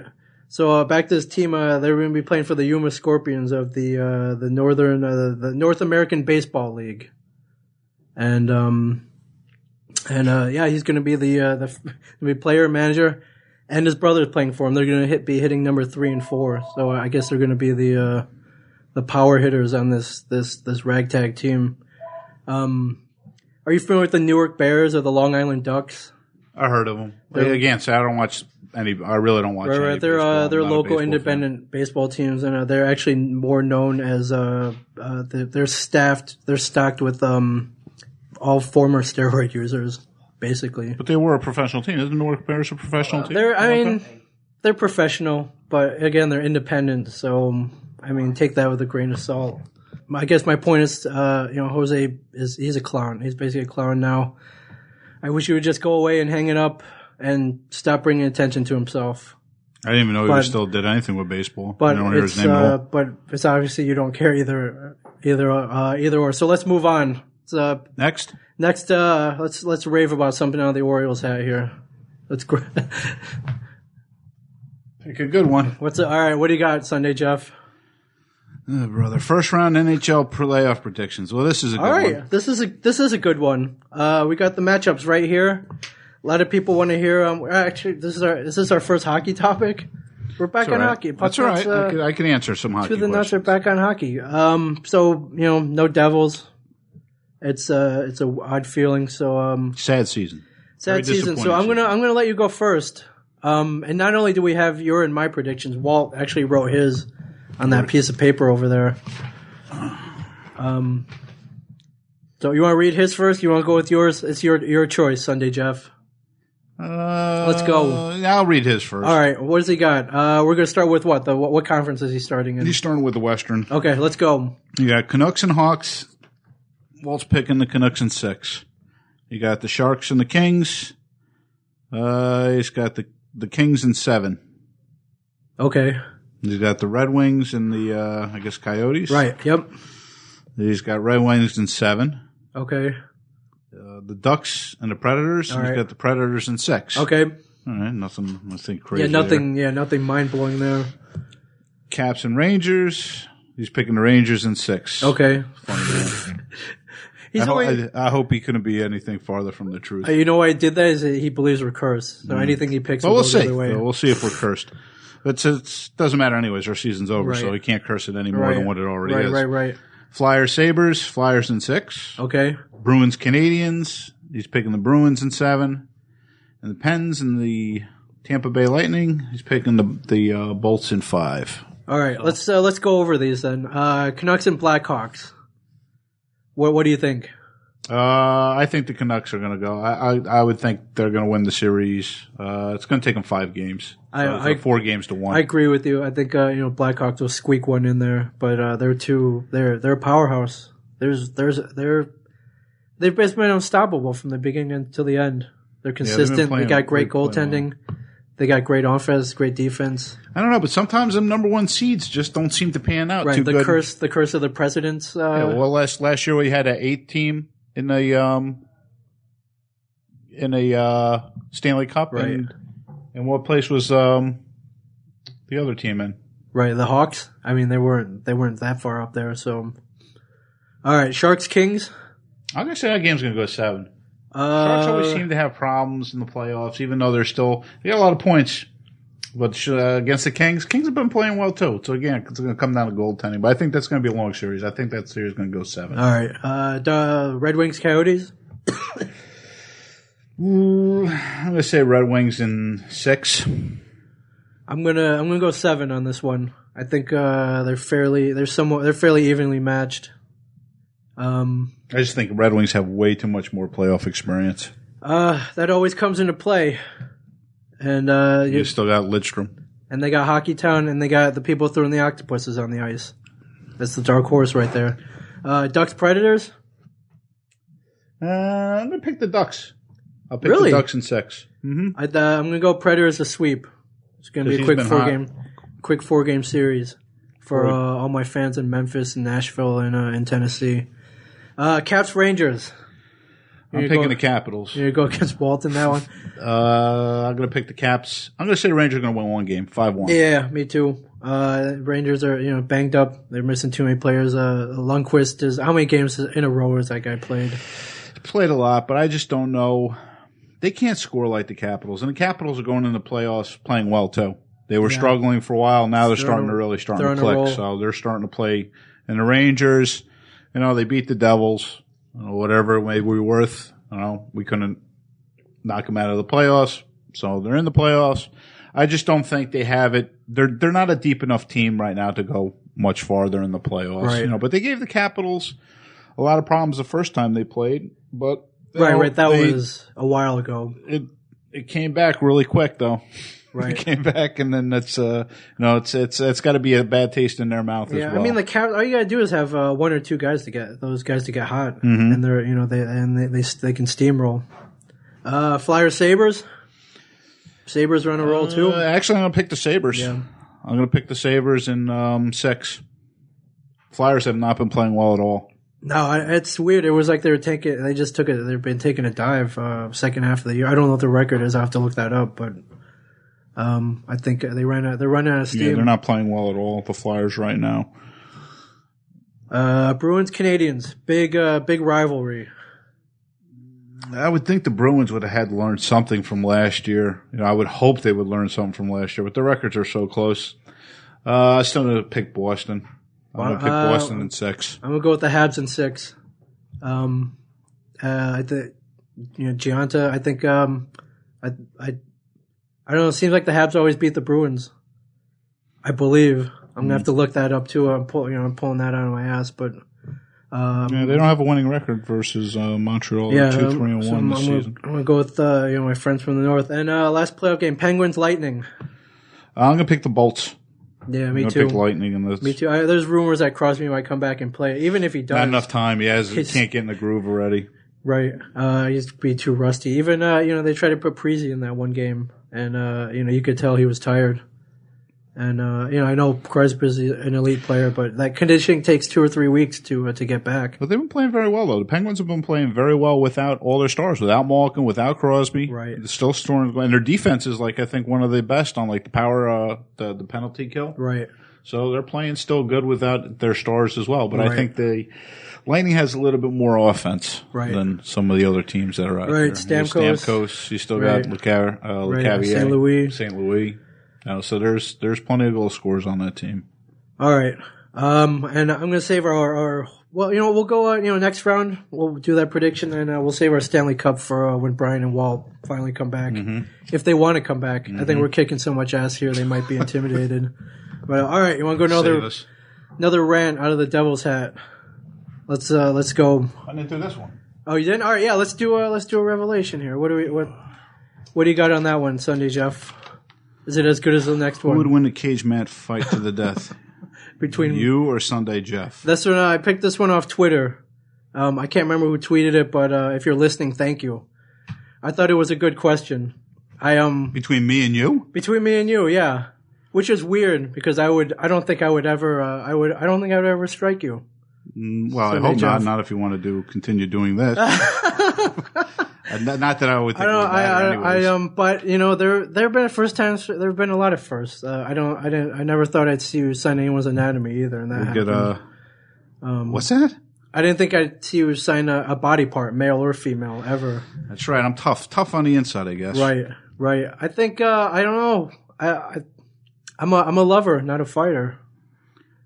Speaker 5: So uh, back to this team, uh, they're going to be playing for the Yuma Scorpions of the uh, the Northern uh, the North American Baseball League, and um, and uh, yeah, he's going to be the uh, the gonna be player manager, and his brother's playing for him. They're going to hit be hitting number three and four. So I guess they're going to be the uh, the power hitters on this this this ragtag team. Um, are you familiar with the Newark Bears or the Long Island Ducks?
Speaker 6: I heard of them. Again, so I don't watch any. I really don't watch.
Speaker 5: Right,
Speaker 6: any
Speaker 5: right. They're
Speaker 6: baseball.
Speaker 5: uh,
Speaker 6: I'm
Speaker 5: they're
Speaker 6: not a
Speaker 5: local
Speaker 6: baseball
Speaker 5: independent baseball teams, and uh, they're actually more known as uh, uh they're, they're staffed, they're stocked with um all former steroid users, basically.
Speaker 6: fan. But they were a professional team. Isn't the Newark Bears a professional team?
Speaker 5: Uh, They're, I mean, they're professional, but again, they're independent. So um, I mean, take that with a grain of salt. My- I guess my point is, uh, you know, Jose is he's a clown. He's basically a clown now. I wish he would just go away and hang it up and stop bringing attention to himself.
Speaker 6: I didn't even know he
Speaker 5: but-
Speaker 6: still did anything with baseball. I
Speaker 5: but
Speaker 6: don't hear
Speaker 5: it's
Speaker 6: his name at
Speaker 5: uh,
Speaker 6: all.
Speaker 5: but it's obviously you don't care either either uh, either or. So let's move on. So uh,
Speaker 6: Next,
Speaker 5: next, uh, let's let's rave about something out of the Orioles hat here. Let's gr-
Speaker 6: pick a good one.
Speaker 5: what's all right. What do you got Sunday, Jeff?
Speaker 6: Oh, brother, first round NHL playoff predictions. Well, this is a good
Speaker 5: All right,
Speaker 6: one.
Speaker 5: this is a this is a good one. Uh, we got the matchups right here. A lot of people want to hear. Um, actually, this is our is this our first hockey topic? We're back
Speaker 6: That's
Speaker 5: on
Speaker 6: all right.
Speaker 5: hockey.
Speaker 6: That's all right.
Speaker 5: Pucknuts, uh,
Speaker 6: I, can, I can answer some hockey
Speaker 5: to the nuts are
Speaker 6: questions.
Speaker 5: back on hockey. Um, so you know, no Devils. It's uh it's a odd feeling. So um,
Speaker 6: Sad season. Very
Speaker 5: sad season. So
Speaker 6: disappointing
Speaker 5: I'm gonna I'm gonna let you go first. Um, and not only do we have your and my predictions, Walt actually wrote his on that piece of paper over there. Um, so you want to read his first? You want to go with yours? It's your your choice, Sunday Jeff.
Speaker 6: Uh,
Speaker 5: Let's go.
Speaker 6: yeah, I'll read his first.
Speaker 5: All right, what does he got? Uh, we're gonna start with what the what, what conference is he starting in?
Speaker 6: He's starting with the Western.
Speaker 5: Okay, let's go.
Speaker 6: You got Canucks and Hawks. Walt's picking the Canucks and six. You got the Sharks and the Kings. Uh, he's got the the Kings and seven.
Speaker 5: Okay,
Speaker 6: He's got the Red Wings and the uh, I guess Coyotes.
Speaker 5: right. Yep.
Speaker 6: He's got Red Wings and seven.
Speaker 5: Okay.
Speaker 6: Uh, the Ducks and the Predators. and
Speaker 5: right.
Speaker 6: He's got the Predators and six.
Speaker 5: Okay.
Speaker 6: All right. Nothing. Nothing crazy.
Speaker 5: Yeah,
Speaker 6: there.
Speaker 5: nothing. Yeah, nothing mind blowing there.
Speaker 6: Caps and Rangers. He's picking the Rangers in six.
Speaker 5: Okay.
Speaker 6: I,
Speaker 5: He's
Speaker 6: ho-
Speaker 5: always. uh,
Speaker 6: I, I hope he couldn't be anything farther from the truth.
Speaker 5: you know why he did that is that he believes we're cursed. So anything he picks,
Speaker 6: But
Speaker 5: will
Speaker 6: we'll
Speaker 5: go
Speaker 6: see.
Speaker 5: the other way.
Speaker 6: Though We'll see if we're cursed. It's, it's doesn't matter anyways. Our season's over, so
Speaker 5: Right.
Speaker 6: we can't curse it any more than what it already
Speaker 5: right,
Speaker 6: is.
Speaker 5: right, right.
Speaker 6: Flyers, Sabers, Flyers in six.
Speaker 5: Okay.
Speaker 6: Bruins, Canadians. He's picking the Bruins in seven, and the Pens and the Tampa Bay Lightning. He's picking the the uh, Bolts in five.
Speaker 5: All right. Let's uh, let's go over these then. Uh, Canucks and Blackhawks. What what do you think?
Speaker 6: Uh, I think the Canucks are going to go. I, I I would think they're going to win the series. Uh, it's going to take them five games.
Speaker 5: I-
Speaker 6: Uh,
Speaker 5: I-
Speaker 6: four games to one.
Speaker 5: I agree with you. I think uh, you know Blackhawks will squeak one in there, but uh, they're too they're they're a powerhouse. There's there's they're they've just been unstoppable from the beginning until the end. They're
Speaker 6: been
Speaker 5: consistent. they
Speaker 6: playing-
Speaker 5: got great
Speaker 6: they've been playing
Speaker 5: goaltending. They got great offense, great defense.
Speaker 6: I don't know, but sometimes them number one seeds just don't seem to pan out.
Speaker 5: Right,
Speaker 6: too
Speaker 5: the
Speaker 6: good.
Speaker 5: curse the curse of the presidents. Uh,
Speaker 6: Yeah, well, last last year we had an eight team in the um in a uh, Stanley Cup, and, and what place was um the other team in?
Speaker 5: Right, the Hawks. I mean, they weren't they weren't that far up there. So All right, Sharks Kings.
Speaker 6: I'm gonna say that game's gonna go seven. Sharks
Speaker 5: Uh,
Speaker 6: always seem to have problems in the playoffs, even though they're still they got a lot of points. But uh, against the Kings, Kings have been playing well too. So again, it's going to come down to goaltending. But I think that's going to be a long series. I think that series is going to go seven.
Speaker 5: all right, uh, the Red Wings Coyotes.
Speaker 6: Ooh, I'm going to say Red Wings in six.
Speaker 5: I'm gonna I'm gonna go seven on this one. I think uh, they're fairly they're somewhat they're fairly evenly matched. Um,
Speaker 6: I just think Red Wings have way too much more playoff experience.
Speaker 5: uh, that always comes into play, and uh, you-
Speaker 6: You still got Lidstrom.
Speaker 5: and they got Hockey Town, and they got the people throwing the octopuses on the ice. That's the dark horse right there. Uh, Ducks Predators.
Speaker 6: Uh, I'm going to pick the Ducks. I'll pick
Speaker 5: Really?
Speaker 6: the Ducks in six.
Speaker 5: I, uh, I'm gonna go Predators a sweep. It's gonna be a
Speaker 6: Because
Speaker 5: quick
Speaker 6: he's been
Speaker 5: four
Speaker 6: hot.
Speaker 5: game, quick four game series for uh, all my fans in Memphis and Nashville and uh, in Tennessee. Uh, Caps Rangers.
Speaker 6: I'm
Speaker 5: You're
Speaker 6: picking
Speaker 5: going-
Speaker 6: the Capitals.
Speaker 5: You go against Walton that one.
Speaker 6: Uh, I'm going to pick the Caps. I'm going to say the Rangers are going to win one game, five one.
Speaker 5: yeah, me too. Uh, Rangers are you know banged up. They're missing too many players. Uh, Lundqvist is how many games in a row has that guy played?
Speaker 6: played a lot, but I just don't know. They can't score like the Capitals, and the Capitals are going into playoffs playing well too. They were struggling for a while. Now they're, starting to really starting
Speaker 5: they're
Speaker 6: to
Speaker 5: on a
Speaker 6: click.
Speaker 5: roll.
Speaker 6: So they're starting to play. And the Rangers, you know, they beat the Devils, you know, whatever it may be worth. You know, we couldn't knock them out of the playoffs, so they're in the playoffs. I just don't think they have it. They're they're not a deep enough team right now to go much farther in the playoffs.
Speaker 5: Right.
Speaker 6: You know, but they gave the Capitals a lot of problems the first time they played, but you
Speaker 5: Right,
Speaker 6: know,
Speaker 5: right. That
Speaker 6: they-
Speaker 5: was a while ago.
Speaker 6: it. It came back really quick though. It
Speaker 5: Right.
Speaker 6: came back, and then that's uh no, it's it's it's got to be a bad taste in their mouth
Speaker 5: Yeah,
Speaker 6: as well.
Speaker 5: I mean the Caps. All you gotta do is have uh, one or two guys to get those guys to get hot,
Speaker 6: Mm-hmm.
Speaker 5: and they're you know they and they they, they can steamroll. Uh, Flyer Sabers. Sabers run a roll too.
Speaker 6: Uh, actually, I'm gonna pick the Sabers. I'm gonna pick the Sabers in um, six. Flyers have not been playing well at all.
Speaker 5: No, I- it's weird. It was like they were taking. They just took it. They've been taking a dive uh, second half of the year. I don't know what the record is. I will have to look that up, but um, I think they ran out. They're running out of
Speaker 6: Yeah,
Speaker 5: steam.
Speaker 6: they're not playing well at all. The Flyers right now.
Speaker 5: uh, Bruins Canadians big uh, big rivalry.
Speaker 6: I would think the Bruins would have had to learn something from last year. You know, I would hope they would learn something from last year, but their records are so close. Uh, I still gonna pick Boston. I'm gonna pick
Speaker 5: Wow.
Speaker 6: Boston in six.
Speaker 5: I'm gonna go with the Habs in six. Um, uh, I think you know Gianta. I think um, I I I don't know. It seems like the Habs always beat the Bruins. I believe I'm gonna have to look that up too. I'm pull, you know I'm pulling that out of my ass, but um,
Speaker 6: Yeah, they don't have a winning record versus uh, Montreal. Yeah,
Speaker 5: yeah,
Speaker 6: two
Speaker 5: um,
Speaker 6: three and
Speaker 5: so
Speaker 6: one
Speaker 5: I'm,
Speaker 6: this
Speaker 5: I'm gonna-
Speaker 6: season.
Speaker 5: I'm gonna go with uh, you know my friends from the north and uh, last playoff game Penguins Lightning.
Speaker 6: I'm gonna pick the Bolts.
Speaker 5: Yeah, me
Speaker 6: I'm
Speaker 5: too.
Speaker 6: gonna pick Lightning in this.
Speaker 5: me too. I, there's rumors that Crosby might come back and play, even if he does.
Speaker 6: Not enough time. He has he
Speaker 5: He's-
Speaker 6: can't get in the groove already.
Speaker 5: Right. Uh, he used to be too rusty. Even, uh, you know, they tried to put Prezi in that one game, and, uh, you know, you could tell he was tired. And, uh, you know, I know Crespo's an elite player, but that conditioning takes two or three weeks to uh, to get back.
Speaker 6: But they've been playing very well though. The Penguins have been playing very well without all their stars, without Malkin, without Crosby.
Speaker 5: Right.
Speaker 6: They're still storing, and their defense is like I think one of the best on like the power, uh, the the penalty kill.
Speaker 5: Right.
Speaker 6: So they're playing still good without their stars as well. But I
Speaker 5: Right.
Speaker 6: think the Lightning has a little bit more offense
Speaker 5: Right.
Speaker 6: than some of the other teams that are out
Speaker 5: Right,
Speaker 6: there. You have
Speaker 5: Stamkos.
Speaker 6: Stamkos. You still
Speaker 5: Right.
Speaker 6: got Lecav, uh,
Speaker 5: Right,
Speaker 6: Lecavier,
Speaker 5: St. Louis.
Speaker 6: St. Louis. Uh, so there's there's plenty of goal scorers on that team.
Speaker 5: All right. Um, and I'm going to save our, our, well, you know, we'll go, uh, you know, next round, we'll do that prediction, and uh, we'll save our Stanley Cup for uh, when Brian and Walt finally come back.
Speaker 6: Mm-hmm.
Speaker 5: If they want to come back, I think we're kicking so much ass here, they might be intimidated. but uh, all right, you want to go another.
Speaker 6: Save us.
Speaker 5: another rant out of the devil's hat. Let's uh let's go.
Speaker 6: I didn't do this one.
Speaker 5: Oh, you didn't? All right, yeah. Let's do a let's do a revelation here. What do we what what do you got on that one, Sunday Jeff? Is it as good as the next
Speaker 6: Who would
Speaker 5: one
Speaker 6: win a cage match fight to the death?
Speaker 5: between
Speaker 6: you or Sunday Jeff?
Speaker 5: This one uh, I picked this one off Twitter. Um, I can't remember who tweeted it, but uh, if you're listening, thank you. I thought it was a good question. I um
Speaker 6: Between me and you?
Speaker 5: between me and you, yeah. Which is weird because I would I don't think I would ever uh, I would I don't think I would ever strike you.
Speaker 6: Well, I
Speaker 5: Sunday
Speaker 6: hope
Speaker 5: Jeff.
Speaker 6: not. Not if you want to do continue doing this. And not, not that I would
Speaker 5: I
Speaker 6: think it
Speaker 5: don't.
Speaker 6: would matter
Speaker 5: I, I, I
Speaker 6: anyways.
Speaker 5: um. But you know, there there have been first times. There have been a lot of firsts. Uh, I don't. I
Speaker 6: uh,
Speaker 5: didn't. I never thought I'd see you sign anyone's anatomy either. And that
Speaker 6: Get
Speaker 5: happened.
Speaker 6: uh, what's that?
Speaker 5: I didn't think I'd see you sign a, a body part, male or female, ever.
Speaker 6: That's right. I'm tough. Tough on the inside, I guess.
Speaker 5: Right, right. I think uh, I don't know. I, I I'm a I'm a lover, not a fighter.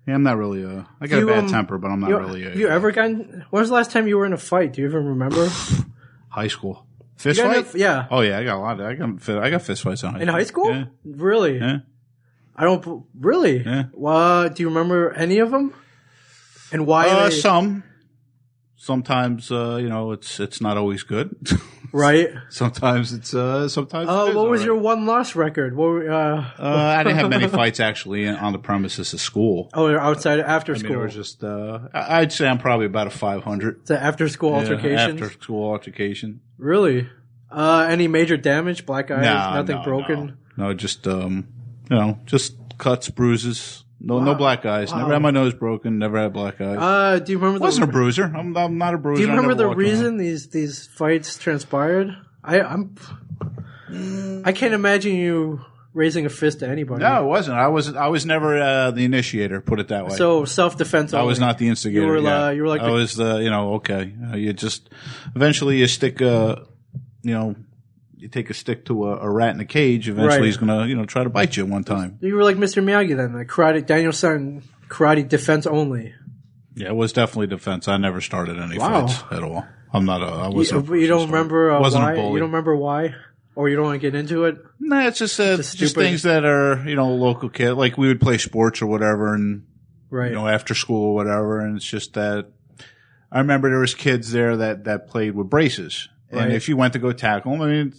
Speaker 6: Yeah, I'm not really a. I got
Speaker 5: You,
Speaker 6: a bad
Speaker 5: um,
Speaker 6: temper, but I'm not
Speaker 5: You,
Speaker 6: really a.
Speaker 5: you ever gotten? When was the last time you were in a fight? Do you even remember?
Speaker 6: high school fist
Speaker 5: You got in a-
Speaker 6: fight?
Speaker 5: yeah,
Speaker 6: Oh yeah, I got a lot. Of, I got fi- I got fist fights in high
Speaker 5: in high school.
Speaker 6: Yeah.
Speaker 5: Really?
Speaker 6: Yeah.
Speaker 5: I don't really.
Speaker 6: Yeah.
Speaker 5: Well, do you remember any of them? And why?
Speaker 6: Uh,
Speaker 5: they-
Speaker 6: some. Sometimes uh, you know it's it's not always good.
Speaker 5: right.
Speaker 6: sometimes it's uh sometimes.
Speaker 5: Uh,
Speaker 6: it is
Speaker 5: what
Speaker 6: all
Speaker 5: was
Speaker 6: right.
Speaker 5: your one loss record? What were, uh,
Speaker 6: Uh, I didn't have many fights actually in, on the premises of school.
Speaker 5: oh, you're outside after
Speaker 6: I
Speaker 5: school.
Speaker 6: mean, it was just uh, I- I'd say I'm probably about a 500
Speaker 5: the after school
Speaker 6: yeah,
Speaker 5: altercations.
Speaker 6: after school altercation.
Speaker 5: Really? Uh, any major damage? Black eyes?
Speaker 6: Nah,
Speaker 5: nothing
Speaker 6: no,
Speaker 5: broken?
Speaker 6: No. No, just um, you know, just cuts, bruises. No, no black eyes. Never had my nose broken. Never had black eyes.
Speaker 5: Uh, do you remember
Speaker 6: I wasn't a
Speaker 5: the?
Speaker 6: bruiser. I'm, I'm not a bruiser.
Speaker 5: Do you
Speaker 6: I
Speaker 5: remember
Speaker 6: never
Speaker 5: the
Speaker 6: walked around.
Speaker 5: reason these these fights transpired? I I'm I can't imagine you raising a fist to anybody.
Speaker 6: No, it wasn't. I was I was never uh, the initiator. Put it that way.
Speaker 5: So self defense.
Speaker 6: I was not the instigator.
Speaker 5: Oh. You were,
Speaker 6: yeah.
Speaker 5: uh, you were like
Speaker 6: I
Speaker 5: the-
Speaker 6: was the you know okay. Uh, you just eventually you stick a you know you take a stick to a, a rat in a cage. Eventually
Speaker 5: Right.
Speaker 6: he's gonna you know try to bite you one time.
Speaker 5: You were like Mr. Miyagi then, like karate Daniel San karate defense only.
Speaker 6: Yeah, it was definitely defense. I never started any
Speaker 5: Wow.
Speaker 6: fights at all. I'm not a. I
Speaker 5: You,
Speaker 6: wasn't.
Speaker 5: you don't remember uh,
Speaker 6: Wasn't a
Speaker 5: why? You
Speaker 6: bully.
Speaker 5: don't remember why, or you don't want to get into it.
Speaker 6: Nah, it's just uh, just,
Speaker 5: stupid-
Speaker 6: things that are you know local kid. Like we would play sports or whatever, and
Speaker 5: Right.
Speaker 6: you know after school or whatever, and it's just that. I remember there was kids there that that played with braces,
Speaker 5: Right.
Speaker 6: and if you went to go tackle them, I mean,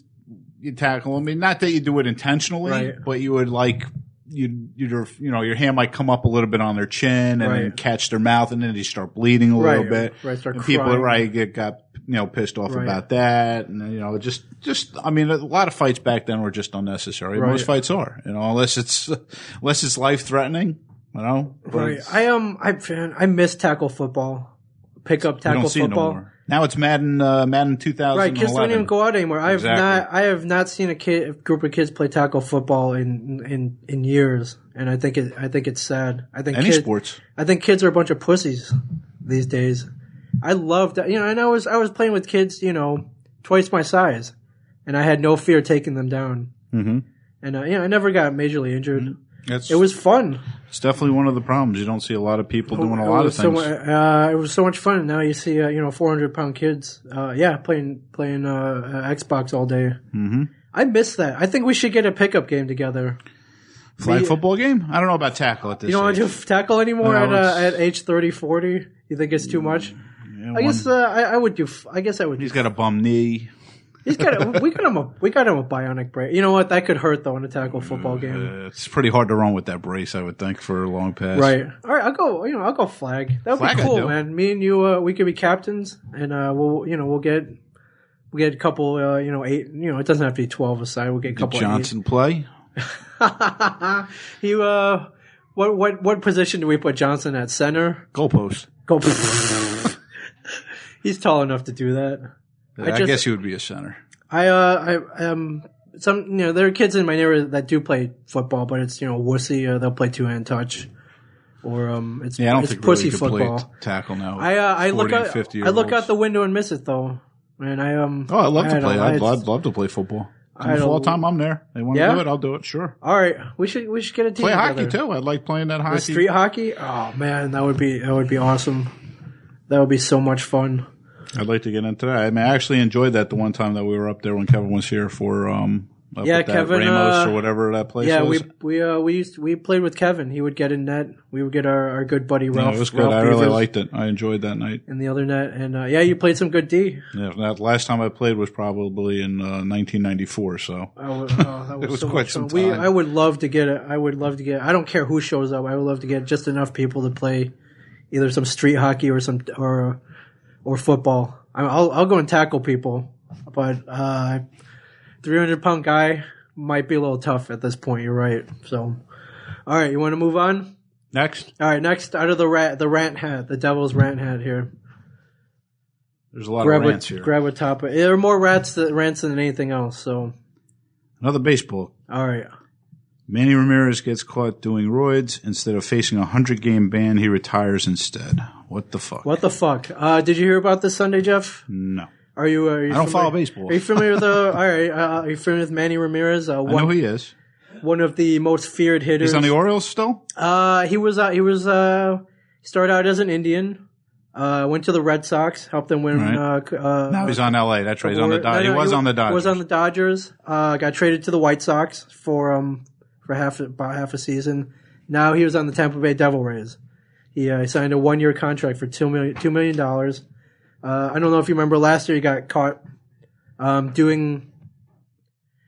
Speaker 6: you tackle them. I mean, not that you do it intentionally,
Speaker 5: Right.
Speaker 6: but you would like. You'd, you'd, you know, your hand might come up a little bit on their chin and then
Speaker 5: Right.
Speaker 6: catch their mouth and then you start bleeding a
Speaker 5: Right,
Speaker 6: little bit.
Speaker 5: right, start
Speaker 6: and people,
Speaker 5: crying.
Speaker 6: right, get, got, you know, pissed off
Speaker 5: Right.
Speaker 6: about that. And, you know, just, just, I mean, a lot of fights back then were just unnecessary.
Speaker 5: Right.
Speaker 6: Most fights are, you know, unless it's, unless it's life threatening, you know, but
Speaker 5: Right. I um I I miss tackle football, pick up
Speaker 6: we
Speaker 5: tackle
Speaker 6: don't see it no
Speaker 5: football.
Speaker 6: more. Now it's Madden, uh, Madden 2011.
Speaker 5: Right, kids don't even go out anymore. I have
Speaker 6: Exactly.
Speaker 5: not, I have not seen a kid, a group of kids play tackle football in in in years, and I think it, I think it's sad. I think
Speaker 6: Any
Speaker 5: kids,
Speaker 6: sports.
Speaker 5: I think kids are a bunch of pussies these days. I loved, that, you know, and I was I was playing with kids, you know, twice my size, and I had no fear taking them down. Mm-hmm. And uh, you know, I never got majorly injured.
Speaker 6: That's,
Speaker 5: It was fun.
Speaker 6: it's definitely one of the problems. You don't see a lot of people doing a
Speaker 5: It
Speaker 6: lot of
Speaker 5: was so
Speaker 6: things.
Speaker 5: mu- uh, it was so much fun. Now you see, uh, you know, four hundred pound kids, uh, yeah, playing playing uh, uh, Xbox all day. Mm-hmm. I miss that. I think we should get a pickup game together.
Speaker 6: Flag
Speaker 5: uh, the-
Speaker 6: football game? I don't know about tackle at this
Speaker 5: You don't want
Speaker 6: age.
Speaker 5: to do tackle anymore
Speaker 6: No,
Speaker 5: at, uh,
Speaker 6: it's-
Speaker 5: at age 30, 40? You think it's too much?
Speaker 6: Yeah,
Speaker 5: I guess
Speaker 6: one-
Speaker 5: uh, I, I would do. f- I guess I would.
Speaker 6: he's got a bum knee.
Speaker 5: He's got. A, we got him a. We got him a bionic brain. You know what? That could hurt though in a tackle football game.
Speaker 6: Uh, It's pretty hard to run with that brace, I would think, for a long pass.
Speaker 5: Right. All right. I'll go. You know, I'll go flag. That would
Speaker 6: Flag
Speaker 5: be
Speaker 6: I'd
Speaker 5: cool,
Speaker 6: do.
Speaker 5: man. Me and you, uh, we could be captains, and uh, we'll, you know, we'll get, we'll get a couple, uh, you know, eight. You know, it doesn't have to be twelve aside. We'll get a
Speaker 6: Did
Speaker 5: couple.
Speaker 6: Johnson play?
Speaker 5: Eight. he, uh, what, what, what position do we put Johnson at? Center.
Speaker 6: Goalpost.
Speaker 5: Go. He's tall enough to do that.
Speaker 6: Uh, I,
Speaker 5: just-
Speaker 6: guess he would be a center.
Speaker 5: I, uh, I, um, some, you know, there are kids in my neighborhood that do play football, but it's, you know, wussy. Uh, they'll play two hand touch, or um, it's
Speaker 6: Yeah, I don't
Speaker 5: it's
Speaker 6: think
Speaker 5: pussy
Speaker 6: really could
Speaker 5: football.
Speaker 6: play t- tackle now.
Speaker 5: I uh, I look
Speaker 6: 40 and
Speaker 5: out
Speaker 6: 50
Speaker 5: I look
Speaker 6: year olds.
Speaker 5: out the window and miss it though, and I um.
Speaker 6: Oh, I'd love to
Speaker 5: don't
Speaker 6: play.
Speaker 5: know.
Speaker 6: I'd,
Speaker 5: It's-
Speaker 6: love, love to play football.
Speaker 5: I
Speaker 6: I'm
Speaker 5: don't-
Speaker 6: full time. I'm there. They want to
Speaker 5: Yeah?
Speaker 6: do it. I'll do it. Sure.
Speaker 5: All right, we should we should get a team
Speaker 6: Play
Speaker 5: together.
Speaker 6: hockey too. I like playing that
Speaker 5: The
Speaker 6: hockey.
Speaker 5: street hockey. Oh man, that would be that would be awesome. That would be so much fun.
Speaker 6: I'd like to get into that. I mean, I actually enjoyed that the one time that we were up there when Kevin was here for um. Up
Speaker 5: Yeah,
Speaker 6: at that
Speaker 5: Kevin,
Speaker 6: Ramos
Speaker 5: uh,
Speaker 6: or whatever that place
Speaker 5: Yeah,
Speaker 6: was.
Speaker 5: we we uh we used we played with Kevin. He would get in net. We would get our, our good buddy
Speaker 6: Yeah,
Speaker 5: Ralph.
Speaker 6: it was good.
Speaker 5: Ralph
Speaker 6: I really
Speaker 5: Beavers
Speaker 6: liked it. I enjoyed that night.
Speaker 5: in the other net, and uh, yeah, you played some good D.
Speaker 6: Yeah, that last time I played was probably in uh, 1994. So
Speaker 5: I would- oh, that was,
Speaker 6: was
Speaker 5: so much
Speaker 6: quite
Speaker 5: fun.
Speaker 6: some
Speaker 5: We,
Speaker 6: time.
Speaker 5: I would love to get it. I would love to get. I don't care who shows up. I would love to get just enough people to play either some street hockey or some or or football. I I'll I'll go and tackle people, but uh, three hundred pound guy might be a little tough at this point. You're right. So, all right, you want to move on?
Speaker 6: next,
Speaker 5: All right, next out of the rat the rant hat, the devil's rant hat here.
Speaker 6: there's a lot
Speaker 5: Grab
Speaker 6: of
Speaker 5: a
Speaker 6: rants Oh, here.
Speaker 5: grab a topic. There are more rats that rants than anything else. So,
Speaker 6: Another baseball.
Speaker 5: all right,
Speaker 6: Manny Ramirez gets caught doing roids. Instead of facing a 100 game ban, he retires instead. What the fuck?
Speaker 5: What the fuck? Uh, did you hear about this Sunday, Jeff?
Speaker 6: No.
Speaker 5: Are you? uh, Are you
Speaker 6: I don't
Speaker 5: familiar-
Speaker 6: follow baseball.
Speaker 5: Are you familiar with? Uh, all right. Uh, are you familiar with Manny Ramirez? Uh,
Speaker 6: I know
Speaker 5: one,
Speaker 6: who he is.
Speaker 5: one of the most feared hitters.
Speaker 6: He's on the Orioles still?
Speaker 5: Uh, he was. Uh, he was. Uh, started out as an Indian. Uh, went to the Red Sox, helped them win.
Speaker 6: Right.
Speaker 5: Uh, c- uh,
Speaker 6: No, he's on LA. That's right. He's on the Dodgers. he was on the Dodgers.
Speaker 5: Was on the Dodgers. Uh, got traded to the White Sox for um for half about half a season. Now he was on the Tampa Bay Devil Rays. He uh, signed a one year contract for two million two million dollars. Uh, I don't know if you remember last year he got caught um, doing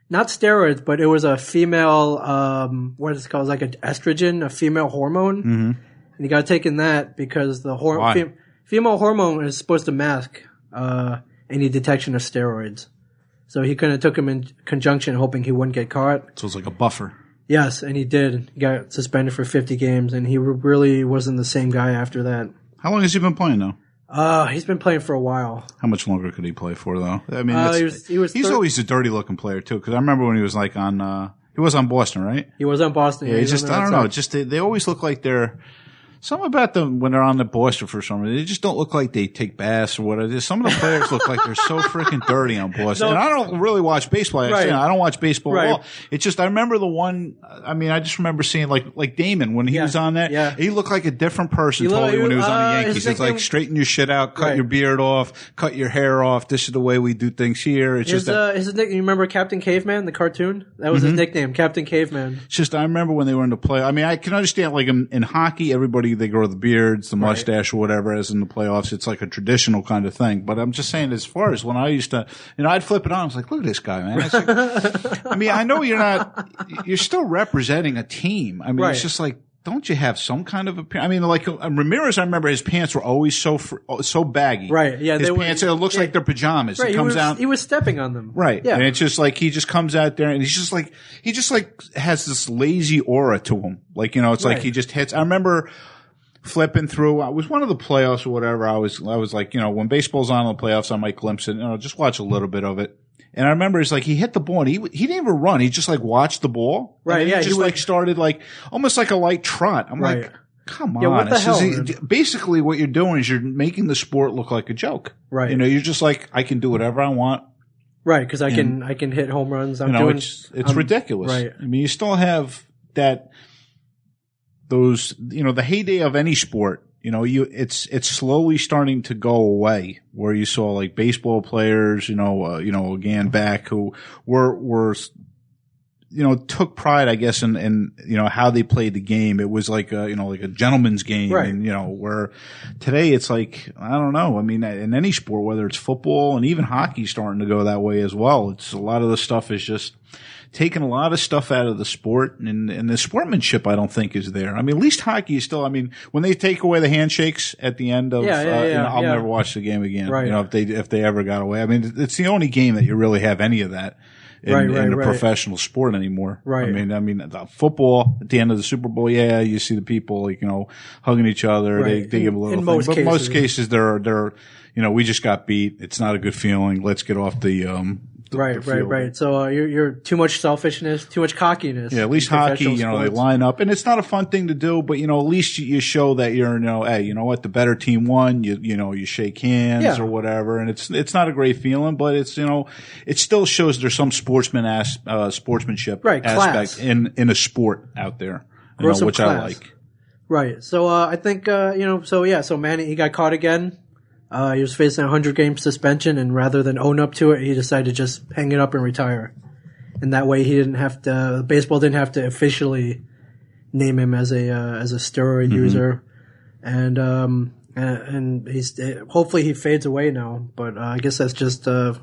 Speaker 5: not steroids, but it was a female um, what is it called like an estrogen, a female hormone, and he got taken that because the hor-
Speaker 6: Mm-hmm. Why?
Speaker 5: fem- female hormone is supposed to mask uh, any detection of steroids. So he kind of took him in conjunction, hoping he wouldn't get caught.
Speaker 6: so it's like a buffer.
Speaker 5: Yes, and he did. He got suspended for 50 games, and he really wasn't the same guy after that.
Speaker 6: How long has he been playing though?
Speaker 5: Uh, he's been playing for a while.
Speaker 6: How much longer could he play for though? I mean,
Speaker 5: Uh,
Speaker 6: it's-
Speaker 5: he was- he was
Speaker 6: he's
Speaker 5: thir-
Speaker 6: always a dirty looking player too. Because I remember when he was like on, uh, he was on Boston, right?
Speaker 5: He was on Boston.
Speaker 6: Yeah,
Speaker 5: he
Speaker 6: he
Speaker 5: was on
Speaker 6: just
Speaker 5: the
Speaker 6: I
Speaker 5: Red
Speaker 6: don't know.
Speaker 5: Sox.
Speaker 6: Just they, they always look like they're some about them when they're on the Boston for some reason. They just don't look like they take baths or whatever. Some of the players look like they're so freaking dirty on Boston.
Speaker 5: No.
Speaker 6: And I don't really watch baseball. I,
Speaker 5: Right.
Speaker 6: I don't watch baseball
Speaker 5: Right.
Speaker 6: at all. It's just I remember the one. I mean, I just remember seeing like like Damon when he was on that.
Speaker 5: yeah.
Speaker 6: he looked like a different person
Speaker 5: He looked-
Speaker 6: totally when he was on
Speaker 5: uh,
Speaker 6: the
Speaker 5: his
Speaker 6: Yankees. It's
Speaker 5: nickname-
Speaker 6: like straighten your shit out, cut
Speaker 5: Right.
Speaker 6: your beard off, cut your hair off. This is the way we do things here. It's
Speaker 5: His,
Speaker 6: just that-
Speaker 5: uh, his nick- you remember Captain Caveman, the cartoon? That
Speaker 6: Mm-hmm.
Speaker 5: was his nickname, Captain Caveman.
Speaker 6: It's just I remember when they were in the play. I mean, I can understand like in, in hockey, everybody they grow the beards, the mustache, or whatever. As in the playoffs, it's like a traditional kind of thing. But I'm just saying, as far as when I used to, you know, I'd flip it on. I was like, look at this guy, man. It's like- I mean, I know you're not, you're still representing a team. I mean,
Speaker 5: Right.
Speaker 6: it's just like. Don't you have some kind of appearance? I mean, like uh, Ramirez, I remember his pants were always so fr- oh, so baggy.
Speaker 5: Right, yeah,
Speaker 6: his
Speaker 5: they were-
Speaker 6: pants. it looks like they're pajamas.
Speaker 5: Right,
Speaker 6: it
Speaker 5: he
Speaker 6: comes
Speaker 5: was,
Speaker 6: out.
Speaker 5: he was stepping on them.
Speaker 6: Right.
Speaker 5: Yeah.
Speaker 6: And it's just like he just comes out there and he's just like he just like has this lazy aura to him. Like, you know, it's like
Speaker 5: Right.
Speaker 6: he just hits. I remember flipping through. I was one of the playoffs or whatever. I was I was like, you know, when baseball's on in the playoffs, I might glimpse it and I'll just watch a little bit of it. And I remember it's like he hit the ball and he he didn't even run. He just like watched the ball. And
Speaker 5: Right,
Speaker 6: then
Speaker 5: yeah,
Speaker 6: He
Speaker 5: he
Speaker 6: just
Speaker 5: would-
Speaker 6: like started like almost like a light trot. I'm
Speaker 5: Right.
Speaker 6: like Come on!
Speaker 5: Yeah, what the
Speaker 6: This is-
Speaker 5: hell, man?
Speaker 6: basically, what you're doing is you're making the sport look like a joke.
Speaker 5: Right.
Speaker 6: You know, you're just like, I can do whatever I want.
Speaker 5: Right, because I can I can hit home runs. I'm
Speaker 6: You know,
Speaker 5: doing
Speaker 6: it's it's
Speaker 5: I'm-
Speaker 6: ridiculous.
Speaker 5: right.
Speaker 6: I mean, you still have that those you know the heyday of any sport. You know, you it's it's slowly starting to go away. Where you saw like baseball players, you know, uh, you know again back who were were you know took pride, I guess, in in you know how they played the game. It was like a you know like a gentleman's game,
Speaker 5: Right.
Speaker 6: and you know where today it's like I don't know. I mean, in any sport, whether it's football and even hockey, starting to go that way as well. It's a lot of the stuff is just taking a lot of stuff out of the sport and, and the sportsmanship I don't think is there. I mean, at least hockey is still, I mean, when they take away the handshakes at the end of,
Speaker 5: Yeah, yeah,
Speaker 6: uh, you know,
Speaker 5: yeah,
Speaker 6: I'll
Speaker 5: yeah.
Speaker 6: never watch the game again.
Speaker 5: Right.
Speaker 6: You know, if they, if they ever got away, I mean, it's the only game that you really have any of that in,
Speaker 5: Right, right,
Speaker 6: in the
Speaker 5: right.
Speaker 6: professional sport anymore.
Speaker 5: Right.
Speaker 6: I mean, I mean, the football at the end of the Super Bowl, yeah, you see the people, like, you know, hugging each other. They,
Speaker 5: Right.
Speaker 6: they give a little
Speaker 5: In
Speaker 6: thing.
Speaker 5: most
Speaker 6: but most
Speaker 5: cases.
Speaker 6: cases, they're, they're, you know, we just got beat. It's not a good feeling. Let's get off the, um, the-
Speaker 5: Right,
Speaker 6: the
Speaker 5: right,
Speaker 6: field.
Speaker 5: right. So uh, you're, you're too much selfishness, too much cockiness.
Speaker 6: Yeah, at least
Speaker 5: in
Speaker 6: hockey,
Speaker 5: professional
Speaker 6: you know, they
Speaker 5: sports.
Speaker 6: line up, and it's not a fun thing to do, but you know, at least you, you show that you're, you know, hey, you know what, the better team won. You, you know, you shake hands
Speaker 5: Yeah.
Speaker 6: or whatever, and it's it's not a great feeling, but it's you know, it still shows there's some sportsman as, uh, sportsmanship
Speaker 5: Right, class.
Speaker 6: aspect in in a sport out there, you
Speaker 5: Grow
Speaker 6: know,
Speaker 5: some
Speaker 6: which I
Speaker 5: class.
Speaker 6: like.
Speaker 5: Right. So uh, I think uh, you know. So yeah. So Manny he got caught again. Uh, he was facing a hundred game suspension, and rather than own up to it, he decided to just hang it up and retire. And that way, he didn't have to. Baseball didn't have to officially name him as a uh, as a steroid
Speaker 6: Mm-hmm.
Speaker 5: user. And um and, and he's uh, hopefully he fades away now. But uh, I guess that's just uh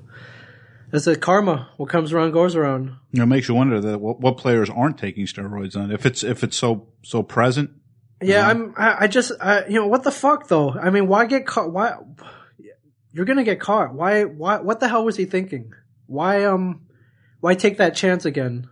Speaker 5: that's a karma. What comes around goes around.
Speaker 6: You know, it makes you wonder that what, what players aren't taking steroids on if it's if it's so so present.
Speaker 5: Yeah, I'm. I, I just, I, you know, what the fuck though? I mean, why get caught? Why you're gonna get caught? Why? Why? What the hell was he thinking? Why? Um, why take that chance again?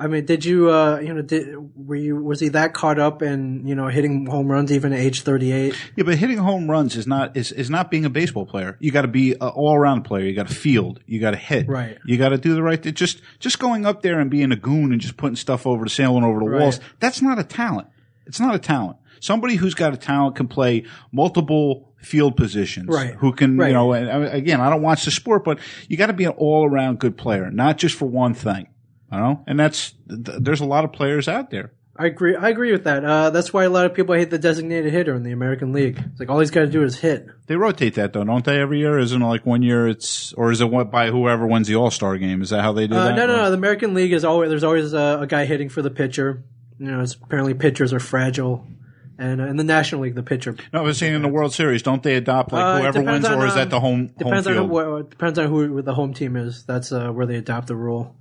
Speaker 5: I mean, did you, uh, you know, did, were you, was he that caught up in, you know, hitting home runs even at age 38?
Speaker 6: Yeah, but hitting home runs is not is, is not being a baseball player. You got to be an all around player. You got to field. You got to hit.
Speaker 5: Right.
Speaker 6: You got to do the right thing. Just just going up there and being a goon and just putting stuff over the sailing over the walls. That's not a talent. It's not a talent. Somebody who's got a talent can play multiple field positions.
Speaker 5: Right.
Speaker 6: Who can
Speaker 5: Right.
Speaker 6: you know? And, I mean, again, I don't watch the sport, but you got to be an all around good player, not just for one thing. You know, and that's th- there's a lot of players out there.
Speaker 5: I agree. I agree with that. Uh, that's why a lot of people hate the designated hitter in the American League. It's like all he's got to do is hit.
Speaker 6: They rotate that though, don't they? Every year, isn't it like one year it's or is it what by whoever wins the All Star game? Is that how they do
Speaker 5: Uh,
Speaker 6: that?
Speaker 5: no, no,
Speaker 6: Or-
Speaker 5: no. The American League is always there's always a, a guy hitting for the pitcher. You know, it's, apparently pitchers are fragile, and uh, in the National League, the pitcher
Speaker 6: no. I've seen in the World Series, don't they adopt like
Speaker 5: Uh, it
Speaker 6: whoever
Speaker 5: depends
Speaker 6: wins,
Speaker 5: on,
Speaker 6: or is
Speaker 5: um,
Speaker 6: that the home home
Speaker 5: depends on
Speaker 6: field?
Speaker 5: who, depends on who the home team is. That's uh, where they adopt the rule.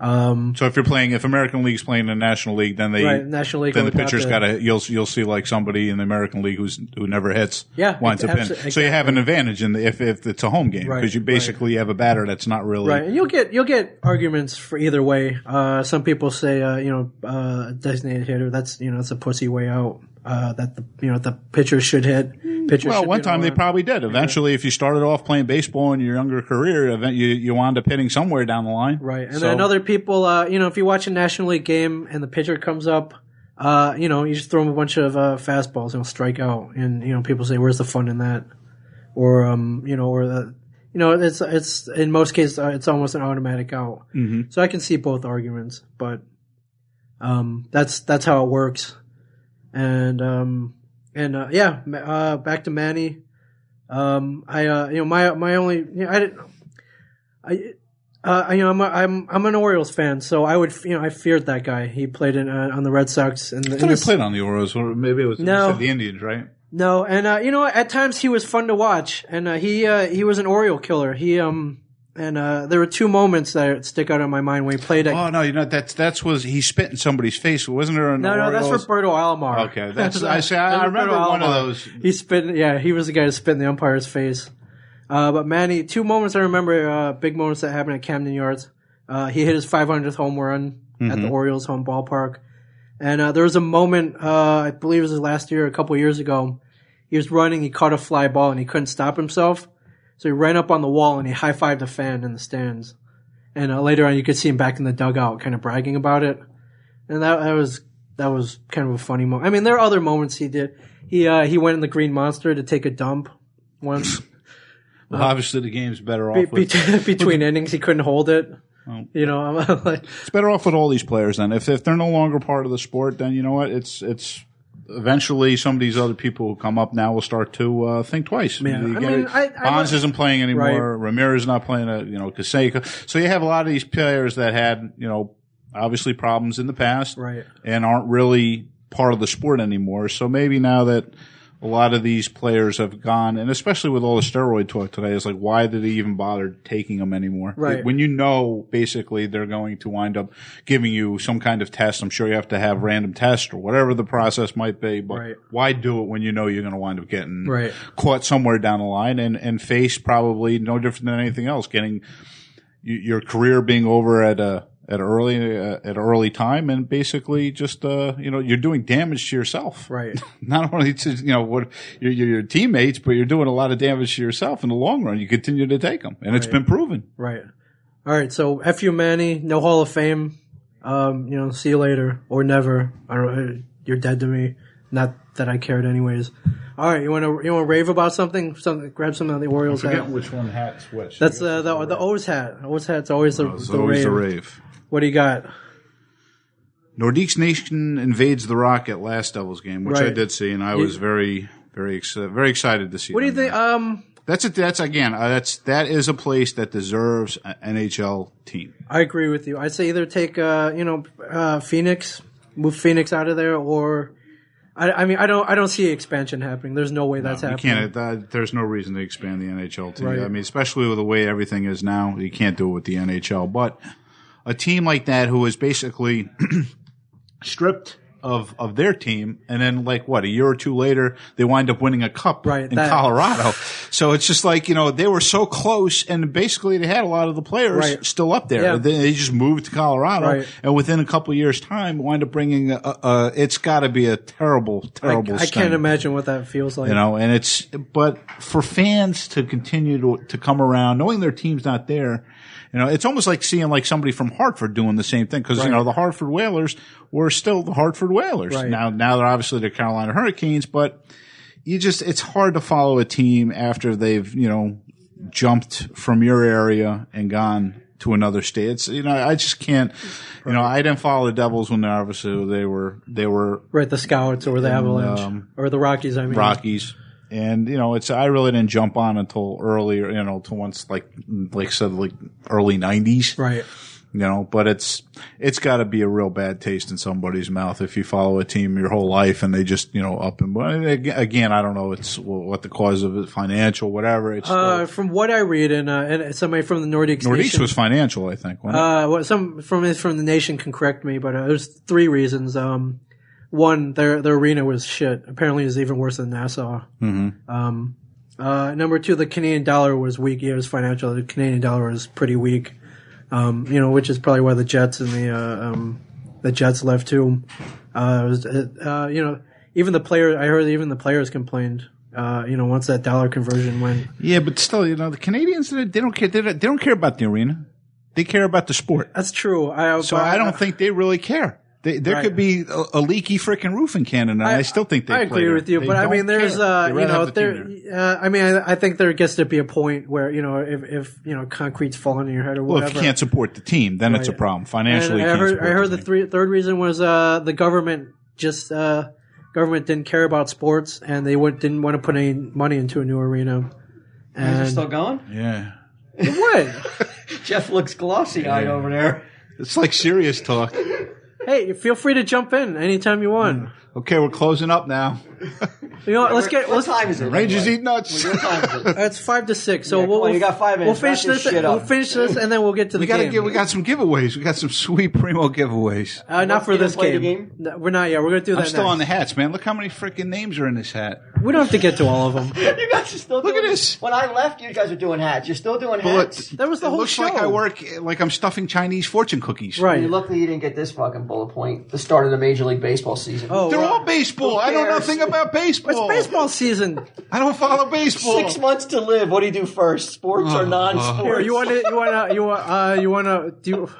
Speaker 5: Um,
Speaker 6: so if you're playing, if American League's playing in the National League, then they
Speaker 5: right, National League.
Speaker 6: then the
Speaker 5: will adopt
Speaker 6: pitcher's
Speaker 5: it.
Speaker 6: got to you'll you'll see like somebody in the American League who's who never hits.
Speaker 5: Yeah,
Speaker 6: winds up in.
Speaker 5: abso-
Speaker 6: So you have an advantage in the, if if it's a home game because
Speaker 5: Right,
Speaker 6: you basically have a batter that's not really
Speaker 5: Right, and you'll get you'll get arguments for either way. Uh, some people say, uh, you know, uh, designated hitter. That's you know, that's a pussy way out. Uh, that the you know the pitcher should hit. Pitcher.
Speaker 6: Well,
Speaker 5: should
Speaker 6: one
Speaker 5: be
Speaker 6: time they
Speaker 5: on.
Speaker 6: probably did. Eventually, if you started off playing baseball in your younger career, event you you wound up hitting somewhere down the line.
Speaker 5: Right, and
Speaker 6: So-
Speaker 5: then other people, uh, you know, if you watch a National League game and the pitcher comes up, uh, you know, you just throw him a bunch of uh, fastballs and he'll strike out, and you know, people say, "Where's the fun in that?" Or, um, you know, or the, you know, it's it's in most cases uh, it's almost an automatic out. Mm-hmm. So I can see both arguments, but um, that's that's how it works, and um, and uh, yeah, ma- uh, back to Manny. Um, I uh, you know my my only you know, I didn't. I uh, you know, I'm, a, I'm I'm an Orioles fan, so I would you know I feared that guy. He played in, uh, on the Red Sox and the,
Speaker 6: I thought
Speaker 5: in
Speaker 6: he
Speaker 5: the-
Speaker 6: played on the Orioles, or maybe it was you
Speaker 5: No.
Speaker 6: said the Indians, right?
Speaker 5: no, and uh, you know what? at times he was fun to watch, and uh, he uh, he was an Oriole killer. He um and uh, there were two moments that stick out in my mind when he played at
Speaker 6: Oh no, you know that's that's was he spit in somebody's face, wasn't there? An
Speaker 5: no no that's
Speaker 6: Orioles?
Speaker 5: Roberto Alomar.
Speaker 6: Okay, that's- I see, I-
Speaker 5: That's
Speaker 6: I remember
Speaker 5: Roberto
Speaker 6: one of
Speaker 5: Alomar.
Speaker 6: those.
Speaker 5: He spit yeah he was the guy who spit in the umpire's face. Uh, but Manny, two moments I remember, uh, big moments that happened at Camden Yards. Uh, he hit his 500th home run at
Speaker 6: Mm-hmm.
Speaker 5: the Orioles home ballpark. And uh, there was a moment, uh, I believe it was last year, a couple years ago. He was running, he caught a fly ball, and he couldn't stop himself. So he ran up on the wall and he high fived a fan in the stands. And uh, later on, you could see him back in the dugout, kind of bragging about it. And that, that was that was kind of a funny moment. I mean, there are other moments he did. He uh, he went in the Green Monster to take a dump once
Speaker 6: Well, obviously the game's better off.
Speaker 5: Be-
Speaker 6: with,
Speaker 5: be- between innings. He couldn't hold it. You know, I'm like,
Speaker 6: it's better off with all these players. Then, if if they're no longer part of the sport, then you know what? It's it's eventually some of these other people who come up now will start to uh, think twice.
Speaker 5: Yeah.
Speaker 6: You
Speaker 5: I
Speaker 6: get
Speaker 5: mean,
Speaker 6: it.
Speaker 5: I- I
Speaker 6: Bonds
Speaker 5: don't-
Speaker 6: isn't playing anymore. Ramirez not playing. uh you know, Kaseka. So you have a lot of these players that had you know obviously problems in the past,
Speaker 5: Right.
Speaker 6: and aren't really part of the sport anymore. So maybe now that a lot of these players have gone, and especially with all the steroid talk today, it's like, why did he even bother taking them anymore?
Speaker 5: Right.
Speaker 6: When you know, basically, they're going to wind up giving you some kind of test. I'm sure you have to have random tests or whatever the process might be, but
Speaker 5: Right.
Speaker 6: why do it when you know you're going to wind up getting
Speaker 5: Right.
Speaker 6: caught somewhere down the line and, and face probably no different than anything else, getting y- your career being over at a, at early, uh, at early time and basically just, uh, you know, you're doing damage to yourself
Speaker 5: right.
Speaker 6: not only to you know what your, your, your teammates, but you're doing a lot of damage to yourself in the long run. You continue to take them, and it's been proven.
Speaker 5: Right. All right. So F you, Manny. No Hall of Fame. Um, you know, see you later or never. I don't, uh, you're dead to me. Not that I cared, anyways. All right. You want to you want to rave about something? Something. Grab something on the Orioles hat.
Speaker 6: which one hat switched.
Speaker 5: That's uh, the the O's hat. O's hat's always the, the, rave.
Speaker 6: rave.
Speaker 5: What do you got?
Speaker 6: Nordiques Nation invades the Rock at last Devils game, which I
Speaker 5: Right.
Speaker 6: did see, and I was very very ex- very excited to see.
Speaker 5: What do you
Speaker 6: them
Speaker 5: think?
Speaker 6: there.
Speaker 5: Um,
Speaker 6: That's a, that's again uh, that's that is a place that deserves an NHL team.
Speaker 5: I agree with you. I'd say either take uh, you know uh, Phoenix, move Phoenix out of there, or I, I mean I don't I don't see expansion happening. There's no way that's
Speaker 6: You
Speaker 5: happening.
Speaker 6: can't. That, there's no reason to expand the NHL team.
Speaker 5: Right.
Speaker 6: I mean, especially with the way everything is now, you can't do it with the NHL. But a team like that, who is basically stripped of of their team, and then like what a year or two later, they wind up winning a cup
Speaker 5: Right,
Speaker 6: in
Speaker 5: that-
Speaker 6: Colorado. So it's just like, you know, they were so close and basically they had a lot of the players
Speaker 5: Right.
Speaker 6: still up there.
Speaker 5: Yeah.
Speaker 6: They, they just moved to Colorado
Speaker 5: Right.
Speaker 6: and within a couple of years time wind up bringing a, a, a it's got to be a terrible,
Speaker 5: I,
Speaker 6: terrible
Speaker 5: I
Speaker 6: sting
Speaker 5: can't imagine what that feels like.
Speaker 6: you know and it's but for fans to continue to, to come around knowing their team's not there you know it's almost like seeing like somebody from hartford doing the same thing because you
Speaker 5: Right.
Speaker 6: know the hartford whalers were still the hartford whalers
Speaker 5: Right.
Speaker 6: now now they're obviously the carolina hurricanes but you just it's hard to follow a team after they've you know jumped from your area and gone to another state it's you know i just can't you know i didn't follow the devils when they obviously they were they were
Speaker 5: Right, the Scouts or the Avalanche
Speaker 6: um,
Speaker 5: or the Rockies. I mean,
Speaker 6: Rockies. And you know, it's I really didn't jump on until earlier, you know, to once like like I said like early nineties.
Speaker 5: Right.
Speaker 6: You know, but it's it's gotta be a real bad taste in somebody's mouth if you follow a team your whole life and they just, you know, up and but ag- again, I don't know it's what the cause of it, financial, whatever. It's
Speaker 5: Uh, from what I read, and, uh, and somebody from the Nordic
Speaker 6: Nordiques
Speaker 5: Nation,
Speaker 6: was financial, I think. wasn't it?
Speaker 5: uh, what some from from the nation can correct me, but uh, there's three reasons. Um, one, their their arena was shit. Apparently, it's even worse than Nassau. Mm-hmm. Um, uh, number two, the Canadian dollar was weak. Yeah, it was financial. The Canadian dollar was pretty weak. Um, you know, which is probably why the Jets and the uh, um, the Jets left too. Uh, it was, uh, you know, even the player. I heard even the players complained. Uh, you know, once that dollar conversion went.
Speaker 6: yeah, but still, you know, the Canadians they don't care they don't, they don't care about the arena. They care about the sport.
Speaker 5: That's true. I,
Speaker 6: So
Speaker 5: but-
Speaker 6: I don't think they really care. They, there
Speaker 5: Right.
Speaker 6: could be a, a leaky freaking roof in Canada. and I, still think they.
Speaker 5: I
Speaker 6: play
Speaker 5: agree
Speaker 6: there.
Speaker 5: with you,
Speaker 6: They
Speaker 5: but I
Speaker 6: don't
Speaker 5: mean, there's
Speaker 6: care.
Speaker 5: uh,
Speaker 6: They'd
Speaker 5: you
Speaker 6: rather
Speaker 5: know,
Speaker 6: have the
Speaker 5: there.
Speaker 6: team there.
Speaker 5: Uh, I mean, I, I think there gets to be a point where you know, if, if you know, concrete's falling on your head or
Speaker 6: Well,
Speaker 5: whatever.
Speaker 6: if you can't support the team, then it's a
Speaker 5: Right.
Speaker 6: problem
Speaker 5: And
Speaker 6: financially. you
Speaker 5: I
Speaker 6: can't
Speaker 5: heard,
Speaker 6: support
Speaker 5: I heard the
Speaker 6: team.
Speaker 5: three, third reason was uh, the government just uh, government didn't care about sports and they went, didn't want to put any money into a new arena.
Speaker 8: Is it
Speaker 5: And
Speaker 8: still going?
Speaker 6: Yeah,
Speaker 5: what?
Speaker 8: Jeff looks glossy eyed over there.
Speaker 6: it's like serious talk.
Speaker 5: hey, feel free to jump in anytime you want.
Speaker 6: Okay, we're closing up now.
Speaker 5: You know, what, let's get
Speaker 8: What
Speaker 5: let's.
Speaker 8: time is it?
Speaker 6: Rangers
Speaker 8: anyway?
Speaker 6: eat nuts.
Speaker 8: What time is it?
Speaker 5: Uh, It's five to six, so
Speaker 8: Yeah, come
Speaker 5: we'll.
Speaker 8: on, you got five
Speaker 5: We'll
Speaker 8: minutes.
Speaker 5: finish
Speaker 8: Wrap this
Speaker 5: this.
Speaker 8: shit
Speaker 5: we'll
Speaker 8: up.
Speaker 5: finish this, and then we'll get to the
Speaker 6: We gotta
Speaker 5: game.
Speaker 6: get. We got some giveaways. We got some sweet primo giveaways.
Speaker 5: uh, not for
Speaker 8: You
Speaker 5: this
Speaker 8: don't play the
Speaker 5: game.
Speaker 8: game?
Speaker 5: No, we're not yet. We're gonna do that.
Speaker 6: I'm still
Speaker 5: next.
Speaker 6: on the hats, man. Look how many freaking names are in this hat.
Speaker 5: We don't have to get to all of them.
Speaker 8: You guys are still
Speaker 6: Look at
Speaker 8: doing
Speaker 6: this.
Speaker 8: When I left, you guys were doing hats. You're still doing
Speaker 6: But
Speaker 8: hats.
Speaker 5: That was the
Speaker 6: it
Speaker 5: whole
Speaker 6: looks
Speaker 5: show.
Speaker 6: like I work like I'm stuffing Chinese fortune cookies.
Speaker 5: Right.
Speaker 8: You're lucky you didn't get this fucking bullet point. The start of the Major League Baseball season.
Speaker 5: Oh,
Speaker 6: They're
Speaker 5: well,
Speaker 6: all baseball. I know
Speaker 8: cares?
Speaker 6: nothing about
Speaker 5: it's
Speaker 6: baseball.
Speaker 5: baseball season.
Speaker 6: I don't follow baseball.
Speaker 8: Six months to live. What do you do first? Sports or non-sports?
Speaker 5: Here, you want to? You want to? You want? Uh, you want to? Do you?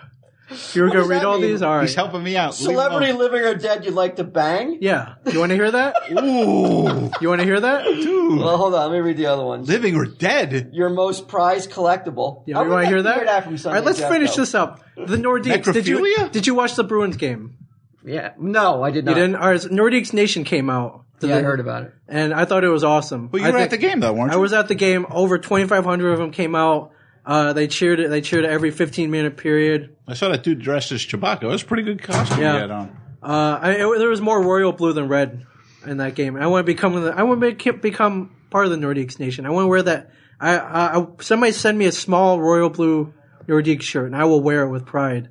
Speaker 5: You were gonna
Speaker 8: does
Speaker 5: read
Speaker 8: that
Speaker 5: all
Speaker 8: mean?
Speaker 5: these? All right.
Speaker 6: He's helping me out. Leave him
Speaker 8: Celebrity
Speaker 6: alone.
Speaker 8: living or dead you'd like to bang?
Speaker 5: yeah. You want to hear that?
Speaker 6: Ooh,
Speaker 5: You want to hear that?
Speaker 6: dude,
Speaker 8: Well, hold on. Let me read the other ones.
Speaker 6: living or dead?
Speaker 8: Your most prized collectible.
Speaker 5: Yeah, you want to hear that?
Speaker 8: from
Speaker 5: all
Speaker 8: Sunday
Speaker 5: right. Let's
Speaker 8: Jeff,
Speaker 5: finish
Speaker 8: though.
Speaker 5: this up. The Nordiques. Did you?
Speaker 6: Necrophilia?
Speaker 5: Did you watch the Bruins game?
Speaker 8: Yeah. No, I did
Speaker 5: You
Speaker 8: not.
Speaker 5: didn't. All right. so Nordiques Nation came out. to
Speaker 8: Yeah, I
Speaker 5: the-
Speaker 8: heard about it.
Speaker 5: And I thought it was awesome.
Speaker 6: But you
Speaker 5: I
Speaker 6: were
Speaker 5: think-
Speaker 6: at the game though, weren't
Speaker 5: I
Speaker 6: you?
Speaker 5: was at the game. Over 2,500 of them came out. Uh, they cheered. They cheered every 15 minute period.
Speaker 6: I saw that dude dressed as Chewbacca. It was a pretty good costume
Speaker 5: Yeah.
Speaker 6: he had on.
Speaker 5: Uh, I, it- there was more royal blue than red in that game. I want to become the, I want to make, become part of the Nordiques nation. I want to wear that. I, I, I somebody send me a small royal blue Nordique shirt, and I will wear it with pride.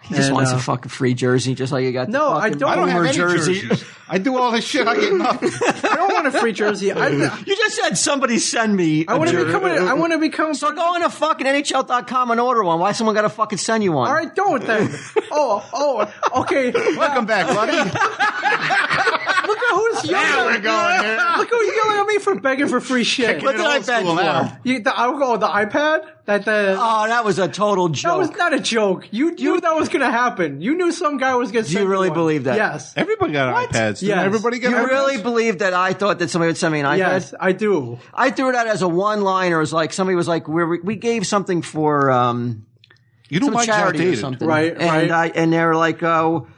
Speaker 8: He just
Speaker 5: And,
Speaker 8: wants
Speaker 5: uh,
Speaker 8: a fucking free jersey, just like you got. the
Speaker 5: No, I
Speaker 8: fucking
Speaker 5: don't.
Speaker 6: I don't have
Speaker 8: Boomer
Speaker 6: any jerseys. I do all this shit. I get nothing.
Speaker 5: I don't want a free jersey. I,
Speaker 8: You just said somebody send me.
Speaker 5: I want to become. A, I want to become.
Speaker 8: So go on to fucking NHL.com and order one. Why someone got to fucking send you one?
Speaker 5: All right, don't then. Oh, oh, okay.
Speaker 6: Welcome back, buddy.
Speaker 5: Look at who's yelling.
Speaker 6: we're going here.
Speaker 5: Look who's yelling at me for begging for free shit.
Speaker 8: What did I
Speaker 6: Old
Speaker 8: beg
Speaker 6: school now.
Speaker 8: for?
Speaker 5: You, the, I'll go the iPad. That the.
Speaker 8: Oh, that was a total
Speaker 5: That
Speaker 8: joke.
Speaker 5: was not a joke. You knew that was going to happen. You knew some guy was going to.
Speaker 8: Do you really believe that?
Speaker 5: Yes.
Speaker 6: Everybody got iPads. Yeah,
Speaker 5: Yes.
Speaker 6: everybody got.
Speaker 8: you
Speaker 6: iPads?
Speaker 8: really believe that I thought that somebody would send me an iPad?
Speaker 5: Yes, I do.
Speaker 8: I threw it out as a one-liner. As like somebody was like, we we gave something for um,
Speaker 6: You know,
Speaker 8: some
Speaker 6: Mike's
Speaker 8: charity or
Speaker 6: outdated.
Speaker 8: something,
Speaker 5: Right, right.
Speaker 8: And I and they were like, oh,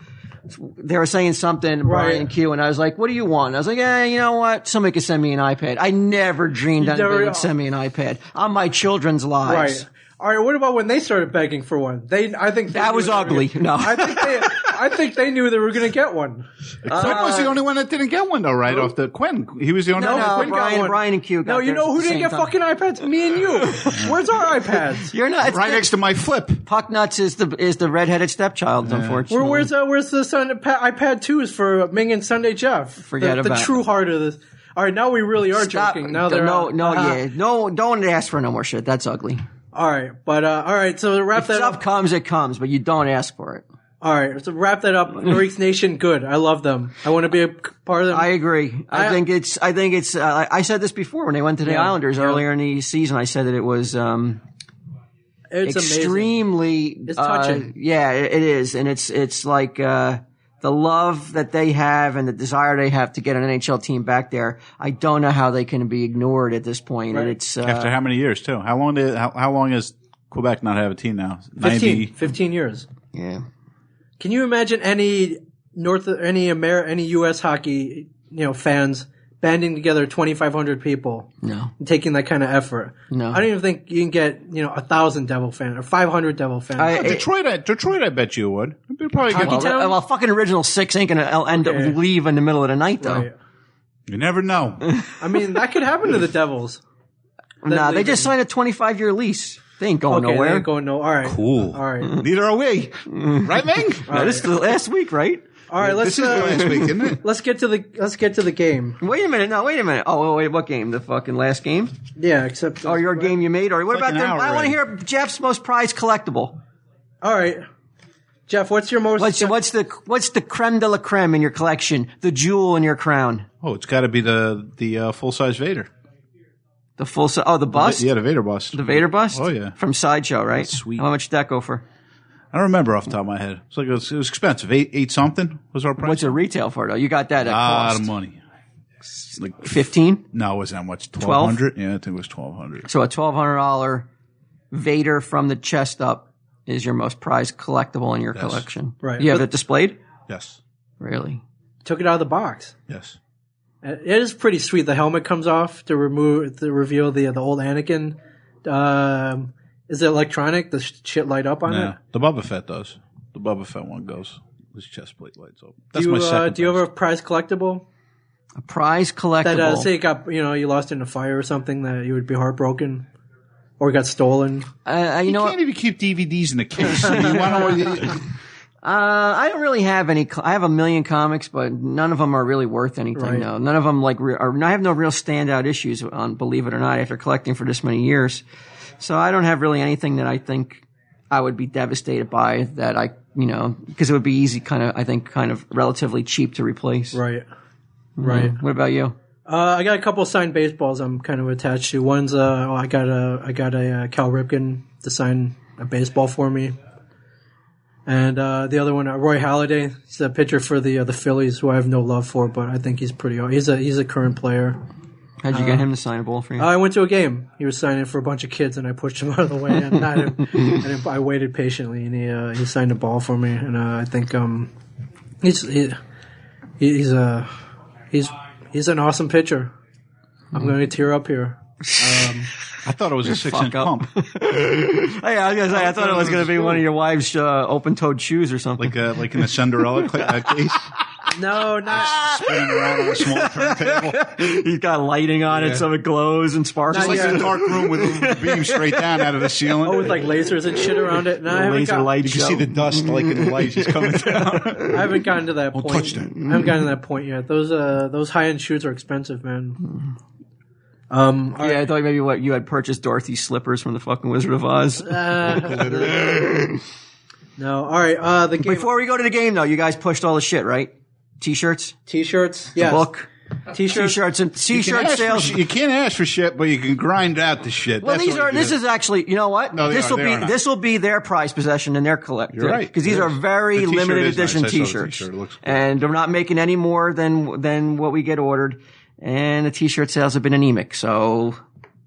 Speaker 8: they were saying something, Brian
Speaker 5: Right.
Speaker 8: and Q, and I was like, what do you want? And I was like, eh, you know what? Somebody could send me an iPad. I never dreamed
Speaker 5: You
Speaker 8: anybody
Speaker 5: never-
Speaker 8: would send me an iPad on my children's lives.
Speaker 5: Right. All right. What about when they started begging for one? They, I think they
Speaker 8: That
Speaker 5: knew
Speaker 8: was
Speaker 5: they were
Speaker 8: ugly.
Speaker 5: gonna-
Speaker 8: No.
Speaker 5: I think they, I think they knew they were going to get one. Uh,
Speaker 6: Quinn was the only one that didn't get one though, right off the Quinn. He was the only
Speaker 8: No,
Speaker 6: one.
Speaker 8: no,
Speaker 5: Quinn got
Speaker 8: Brian,
Speaker 5: one.
Speaker 8: Brian and Q. Got
Speaker 5: No, you
Speaker 8: theirs
Speaker 5: know
Speaker 8: at
Speaker 5: who
Speaker 8: the
Speaker 5: didn't
Speaker 8: same
Speaker 5: get
Speaker 8: time.
Speaker 5: fucking iPads? Me and you. Where's our iPads?
Speaker 8: You're not
Speaker 6: right next to my
Speaker 5: Uh,
Speaker 6: flip.
Speaker 8: Puck Nuts is the is the redheaded stepchild,
Speaker 5: Where,
Speaker 8: unfortunately.
Speaker 5: where's uh, where's the Sunday, pa- iPad twos for Ming and Sunday Jeff?
Speaker 8: Forget
Speaker 5: the,
Speaker 8: about
Speaker 5: the
Speaker 8: it.
Speaker 5: true heart of this. All right, now we really are
Speaker 8: Stop.
Speaker 5: joking. Now they're
Speaker 8: no, Uh-huh.
Speaker 5: out.
Speaker 8: no,
Speaker 5: Ah.
Speaker 8: yeah, no. Don't ask for no more shit. That's ugly.
Speaker 5: All right, but uh, all right. So to wrap that
Speaker 8: Stuff
Speaker 5: up.
Speaker 8: comes, it comes, but you don't ask for it.
Speaker 5: All right, so wrap that up. Greeks Nation, good. I love them. I want to be a part of them.
Speaker 8: Mm. I agree. I,
Speaker 5: I-
Speaker 8: think it's. I think it's. Uh, I- I said this before when they went to the
Speaker 5: Yeah,
Speaker 8: Islanders
Speaker 5: yeah.
Speaker 8: earlier in the season. I said that it was um,
Speaker 5: it's amazing.
Speaker 8: extremely.
Speaker 5: It's
Speaker 8: uh,
Speaker 5: touching.
Speaker 8: yeah, it it is, and it's it's like uh, the love that they have and the desire they have to get an NHL team back there. I don't know how they can be ignored at this point. And it's uh,
Speaker 6: After how many years too? How long did how, how long has Quebec not have a team now?
Speaker 5: 15, 15 years.
Speaker 8: yeah.
Speaker 5: Can you imagine any North, any Amer, any U.S. hockey, you know, fans banding together twenty five hundred people,
Speaker 8: No.
Speaker 5: and taking that kind of effort?
Speaker 8: No.
Speaker 5: I don't even think you can get you know a thousand Devil fans or five hundred Devil fans.
Speaker 8: I- it-
Speaker 6: Detroit, I, Detroit, I bet you would. They'd probably get-
Speaker 8: well,
Speaker 5: Town?
Speaker 8: well, fucking original six ain't gonna el- end
Speaker 5: Yeah.
Speaker 8: up leave in the middle of the night though.
Speaker 5: Right.
Speaker 6: you never know.
Speaker 5: I mean, that could happen to the Devils.
Speaker 8: No, nah, they
Speaker 5: leaving.
Speaker 8: just signed a twenty-five year lease. They ain't going
Speaker 5: Okay,
Speaker 8: nowhere.
Speaker 5: they're going no. All right,
Speaker 6: Cool.
Speaker 5: All right,
Speaker 6: Neither are we, right, Ming?
Speaker 8: No, this is the last week, right?
Speaker 5: all right. Let's
Speaker 6: This is the
Speaker 5: uh,
Speaker 6: last week, isn't it?
Speaker 5: let's get to the let's get to the game.
Speaker 8: Wait a minute. No, wait a minute. Oh, wait, what game? The fucking last game?
Speaker 5: Yeah, except
Speaker 8: Or your game you made? Or what
Speaker 6: Like
Speaker 8: about
Speaker 6: an
Speaker 8: the,
Speaker 6: hour
Speaker 8: I want to
Speaker 6: already.
Speaker 8: hear Jeff's most prized collectible.
Speaker 5: All right, Jeff. What's your most?
Speaker 8: What's, what's the, what's the creme de la creme in your collection? The jewel in your crown?
Speaker 6: Oh, it's got to be the the uh, full size Vader.
Speaker 8: The full, si- oh, the bust?
Speaker 6: Yeah, the Vader bust.
Speaker 8: The Vader bust?
Speaker 6: Oh, yeah.
Speaker 8: From Sideshow, right?
Speaker 6: sweet.
Speaker 8: How much did that go for?
Speaker 6: I don't remember off the top of my head. It's like it was, it was expensive. Eight eight something was our price.
Speaker 8: What's the retail for though? You got that at
Speaker 6: a lot
Speaker 8: cost.
Speaker 6: of money? Like
Speaker 8: 15?
Speaker 6: no, it wasn't that much. Twelve hundred. Yeah, I think it was twelve hundred.
Speaker 8: So a $1,200 Vader from the chest up is your most prized collectible in your collection.
Speaker 5: Right.
Speaker 8: You have it displayed?
Speaker 6: Yes,
Speaker 8: Really?
Speaker 5: took it out of the box?
Speaker 6: yes.
Speaker 5: Uh, It is pretty sweet. The helmet comes off to remove to reveal the the old Anakin. Um, is it electronic? The sh- shit light up on
Speaker 6: Nah,
Speaker 5: it.
Speaker 6: the Boba Fett does. The Boba Fett one goes. His chest plate lights up. That's
Speaker 5: do you,
Speaker 6: my second.
Speaker 5: uh, do you
Speaker 6: best.
Speaker 5: ever have prize collectible
Speaker 8: A prize collectible.
Speaker 5: that uh, say it got you know you lost in a fire or something that you would be heartbroken or got stolen?
Speaker 8: Uh, you, know
Speaker 6: You
Speaker 8: what?
Speaker 6: can't even keep DVDs in the case. You wanna-
Speaker 8: Uh, I don't really have any. cl- I have a million comics, but none of them are really worth anything.
Speaker 5: Right.
Speaker 8: No, none of them like. Re- are, I have no real standout issues on. Believe it or not, after collecting for this many years, so I don't have really anything that I think I would be devastated by. That I, you know, because it would be easy, kind of. I think, kind of relatively cheap to replace. Mm-hmm.
Speaker 5: Right. Right.
Speaker 8: What about you?
Speaker 5: Uh, I got a couple signed baseballs I'm kind of attached to. One's uh, oh, I got a I got a uh, Cal Ripken to sign a baseball for me, and uh, the other one uh, Roy Halladay. He's a pitcher for the uh, the Phillies, who I have no love for, but I think he's pretty. He's a he's a current player.
Speaker 8: How'd you get him to sign a ball for you?
Speaker 5: Uh, I went to a game. He was signing for a bunch of kids, and I pushed him out of the way. And not him. And I, I waited patiently, and he uh, he signed a ball for me. And uh, I think um, he's he, he's uh, he's he's an awesome pitcher. I'm going to tear up here.
Speaker 6: I thought it was a six inch
Speaker 8: up.
Speaker 6: pump,
Speaker 8: Hey, I was gonna say, I thought it was gonna be one of your wife's uh, open-toed shoes or something.
Speaker 6: like uh, like in a Cinderella cla- uh, case,
Speaker 5: No, not
Speaker 6: spinning around on a small turntable.
Speaker 8: He's got lighting on it, so it glows and sparkles.
Speaker 6: It's like
Speaker 5: Yeah.
Speaker 6: in a dark room with a beam straight down out of the ceiling.
Speaker 5: oh, with like lasers and shit around it. No, I haven't,
Speaker 8: laser
Speaker 5: got-
Speaker 8: light
Speaker 6: you can
Speaker 8: show.
Speaker 6: see the dust like in the lights is coming down.
Speaker 5: I haven't gotten to that point.
Speaker 6: touch that.
Speaker 5: I haven't gotten to that point yet. Those uh those high end shoes are expensive, man. Um, all right.
Speaker 8: Yeah, I thought maybe what you had purchased Dorothy's slippers from the fucking Wizard of
Speaker 6: Uh,
Speaker 8: Oz.
Speaker 5: no, all right. Uh, the game
Speaker 8: Before we go to the game, though, you guys pushed all the shit, right? T-shirts,
Speaker 5: t-shirts, yes,
Speaker 8: book,
Speaker 5: t-shirts.
Speaker 8: t-shirts, and
Speaker 6: Uh, You can
Speaker 8: t-shirt
Speaker 6: ask for
Speaker 8: sales.
Speaker 6: shit- you can't ask for shit, but you can grind out the shit.
Speaker 8: Well,
Speaker 6: That's
Speaker 8: these
Speaker 6: what
Speaker 8: are.
Speaker 6: you
Speaker 8: This
Speaker 6: do.
Speaker 8: is actually. You know what?
Speaker 6: No, they
Speaker 8: this
Speaker 6: are,
Speaker 8: will
Speaker 6: they
Speaker 8: be.
Speaker 6: are not.
Speaker 8: This will be their prized possession and their collect.
Speaker 6: You're right.
Speaker 8: Because these
Speaker 6: It
Speaker 8: are
Speaker 6: is.
Speaker 8: very
Speaker 6: The t-shirt
Speaker 8: limited
Speaker 6: is nice.
Speaker 8: edition
Speaker 6: I saw the
Speaker 8: t-shirts,
Speaker 6: t-shirt. It looks cool.
Speaker 8: and they're not making any more than than what we get ordered. And the t-shirt sales have been anemic, so.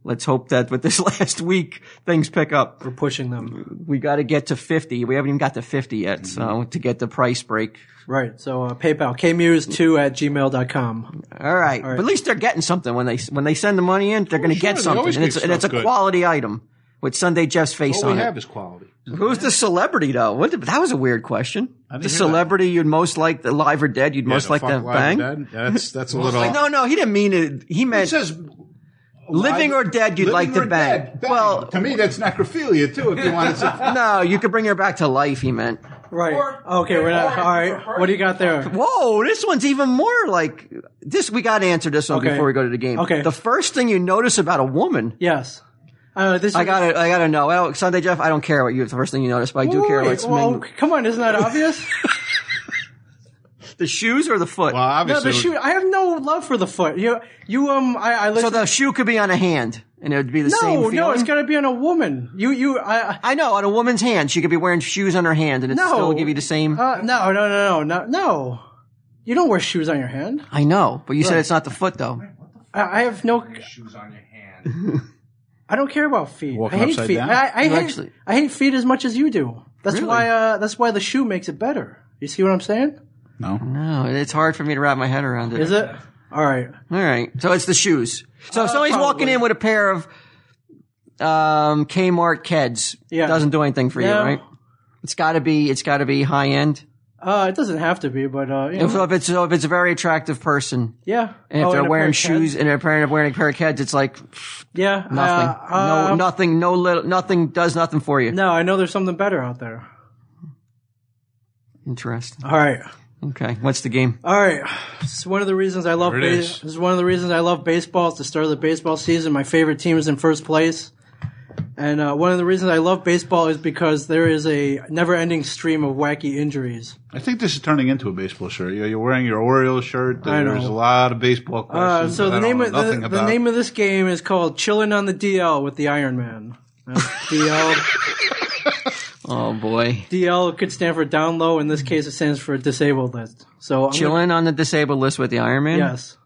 Speaker 8: Let's hope that with this last week things pick up.
Speaker 5: We're pushing them,
Speaker 8: We got to get to fifty. We haven't even got to fifty yet,
Speaker 6: Mm-hmm.
Speaker 8: so to get the price break,
Speaker 5: right? So uh, PayPal kmuse2 at gmail.com.
Speaker 8: All right. But at least they're getting something when they when they send the money in. They're going to get
Speaker 6: Oh, they
Speaker 8: something,
Speaker 6: always
Speaker 8: and
Speaker 6: get
Speaker 8: it's, and it's a
Speaker 6: stuff good.
Speaker 8: quality item with Sunday Jeff's face
Speaker 6: All
Speaker 8: on
Speaker 6: we
Speaker 8: it.
Speaker 6: have is quality.
Speaker 8: Who's the celebrity though? What the, that was a weird question. The celebrity you'd most like, the live or dead, you'd most
Speaker 6: Yeah,
Speaker 8: like
Speaker 6: fuck
Speaker 8: to
Speaker 6: live
Speaker 8: bang.
Speaker 6: or dead. That's that's a little.
Speaker 8: No, no, he didn't mean it. He
Speaker 6: It
Speaker 8: meant
Speaker 6: says
Speaker 8: living or dead. You'd
Speaker 6: living
Speaker 8: like to
Speaker 6: or
Speaker 8: bang.
Speaker 6: dead,
Speaker 8: Well,
Speaker 6: to me that's necrophilia too. If you want to,
Speaker 8: no, you could bring her back to life. He meant
Speaker 5: Right.
Speaker 7: Or-
Speaker 5: Okay, we're not.
Speaker 7: or-
Speaker 5: All right. What do you got there?
Speaker 8: Whoa, this one's even more like this. We got to answer this one
Speaker 5: Okay.
Speaker 8: before we go to the game.
Speaker 5: Okay.
Speaker 8: The first thing you notice about a woman,
Speaker 5: Yes. Uh, this
Speaker 8: I
Speaker 5: is-
Speaker 8: gotta, I gotta know. Well, Sunday Jeff, I don't care what you. The first thing you notice, but I do care
Speaker 5: Wait,
Speaker 8: what's
Speaker 5: well,
Speaker 8: men-
Speaker 5: come on, isn't that obvious?
Speaker 8: the shoes or the foot.
Speaker 6: Well,
Speaker 5: no,
Speaker 6: obviously,
Speaker 5: the shoe. I have no love for the foot. You, you, um, I, I
Speaker 8: so
Speaker 5: listen.
Speaker 8: the shoe could be on a hand, and it would be the same.
Speaker 5: no,
Speaker 8: Feeling.
Speaker 5: no, it's gotta be on a woman. You, you, I,
Speaker 8: I know on a woman's hand, she could be wearing shoes on her hand, and it
Speaker 5: No.
Speaker 8: still would give you the same.
Speaker 5: uh, no, no, no, no, no, no. You don't wear shoes on your hand.
Speaker 8: I know, but you said it's not the foot though.
Speaker 5: I, I have no.
Speaker 9: Shoes on your hand.
Speaker 5: I don't care about feet.
Speaker 6: Walking
Speaker 5: I hate
Speaker 6: upside
Speaker 5: feet.
Speaker 6: down?
Speaker 5: I, I
Speaker 8: You
Speaker 5: hate.
Speaker 8: actually-
Speaker 5: I hate feet as much as you do. That's
Speaker 8: Really?
Speaker 5: why. Uh, that's why the shoe makes it better. You see what I'm saying?
Speaker 6: no.
Speaker 8: No, it's hard for me to wrap my head around it.
Speaker 5: Is it? All right.
Speaker 8: All right. So it's the shoes. So if somebody's walking
Speaker 5: Uh, probably.
Speaker 8: in with a pair of um, Kmart Keds,
Speaker 5: Yeah.
Speaker 8: doesn't do anything for
Speaker 5: No.
Speaker 8: you, right? It's got to be. It's got to be high end.
Speaker 5: Uh, it doesn't have to be, but uh, you
Speaker 8: So
Speaker 5: know,
Speaker 8: if it's so if it's a very attractive person
Speaker 5: yeah.
Speaker 8: and if
Speaker 5: Oh,
Speaker 8: they're
Speaker 5: a pair
Speaker 8: wearing
Speaker 5: of
Speaker 8: shoes
Speaker 5: pads.
Speaker 8: and they're wearing, wearing a pair of Keds, it's like
Speaker 5: yeah,
Speaker 8: nothing.
Speaker 5: Uh,
Speaker 8: no,
Speaker 5: uh,
Speaker 8: nothing. No little. Nothing does nothing for you.
Speaker 5: No, I know there's something better out there.
Speaker 8: Interesting.
Speaker 5: All right,
Speaker 8: Okay. What's the game?
Speaker 5: all right. This is one of the reasons I love.
Speaker 6: There it
Speaker 5: base-
Speaker 6: is.
Speaker 5: This is one of the reasons I love baseball. It's the start of the baseball season. My favorite team is in first place, and uh, one of the reasons I love baseball is because there is a never-ending stream of wacky injuries.
Speaker 6: I think this is turning into a baseball shirt. You're, you're wearing your Orioles shirt.
Speaker 5: I know.
Speaker 6: There's a lot of baseball
Speaker 5: Uh,
Speaker 6: questions.
Speaker 5: so
Speaker 6: that
Speaker 5: the
Speaker 6: I don't
Speaker 5: name of
Speaker 6: know
Speaker 5: the,
Speaker 6: nothing
Speaker 5: the
Speaker 6: about.
Speaker 5: name of this game is called "Chilling on the DL with the Iron Man." Uh, That's DL
Speaker 8: Oh boy.
Speaker 5: DL could stand for down low. In this case, it stands for disabled list. So I'm gonna-
Speaker 8: Chilling on the disabled list with the Iron Man.
Speaker 5: Yes.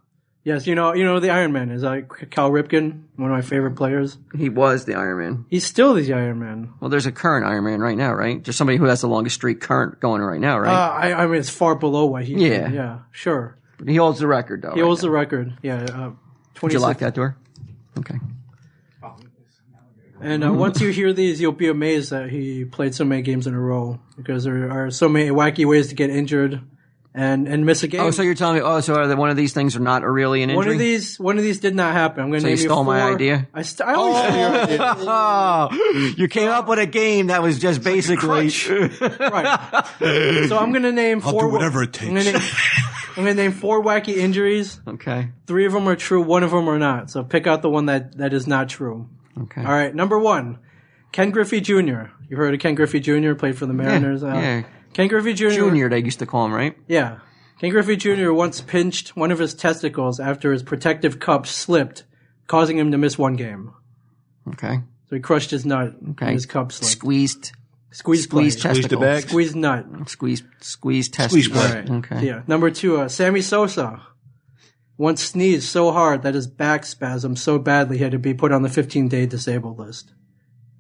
Speaker 5: Yes, you know, you know who the Iron Man is like Cal Ripken, one of my favorite players.
Speaker 8: He was the Iron Man.
Speaker 5: He's still the Iron Man.
Speaker 8: Well, there's a current Iron Man right now, right? There's somebody who has the longest streak current going right now,
Speaker 5: Uh,
Speaker 8: right?
Speaker 5: I, I mean, it's far below what he.
Speaker 8: Yeah.
Speaker 5: did. yeah, sure.
Speaker 8: He holds the record, though.
Speaker 5: He
Speaker 8: right
Speaker 5: holds
Speaker 8: now.
Speaker 5: the record. Yeah, uh,
Speaker 8: Did
Speaker 5: twenty.
Speaker 8: you lock that door? Okay.
Speaker 5: And uh, once you hear these, you'll be amazed that he played so many games in a row because there are so many wacky ways to get injured and and miss a game.
Speaker 8: Oh, so you're telling me? Oh, so are the, one of these things are not really an injury?
Speaker 5: one of these, one of these did not happen. I'm going to
Speaker 8: So you
Speaker 5: name
Speaker 8: stole my
Speaker 5: four-
Speaker 8: idea?
Speaker 5: I, st- I always
Speaker 8: Oh, you came up with a game that was just basically.
Speaker 5: Right. So I'm gonna name four.
Speaker 6: do whatever it
Speaker 5: I'm gonna, name, I'm gonna name four wacky injuries.
Speaker 8: okay.
Speaker 5: Three of them are true. One of them are not. So pick out the one that that is not true.
Speaker 8: Okay.
Speaker 5: All right. Number one, Ken Griffey Jr. You heard of Ken Griffey Jr. Played for the Mariners. Uh,
Speaker 8: yeah.
Speaker 5: Ken Griffey Jr.
Speaker 8: Junior, they used to call him, right?
Speaker 5: Yeah. Ken Griffey Jr. once pinched one of his testicles after his protective cup slipped, causing him to miss one game.
Speaker 8: Okay.
Speaker 5: So he crushed his nut.
Speaker 8: Okay.
Speaker 5: And his cup slipped.
Speaker 8: Squeezed.
Speaker 5: Squeeze,
Speaker 8: Squeezed
Speaker 5: play.
Speaker 8: testicle.
Speaker 6: Squeeze the bag.
Speaker 5: Squeeze nut.
Speaker 8: Squeeze. Squeeze testicle.
Speaker 6: Squeeze play.
Speaker 5: Right.
Speaker 8: Okay.
Speaker 5: Yeah. Number two, uh, Sammy Sosa once sneezed so hard that his back spasmed so badly he had to be put on the 15 day disabled list.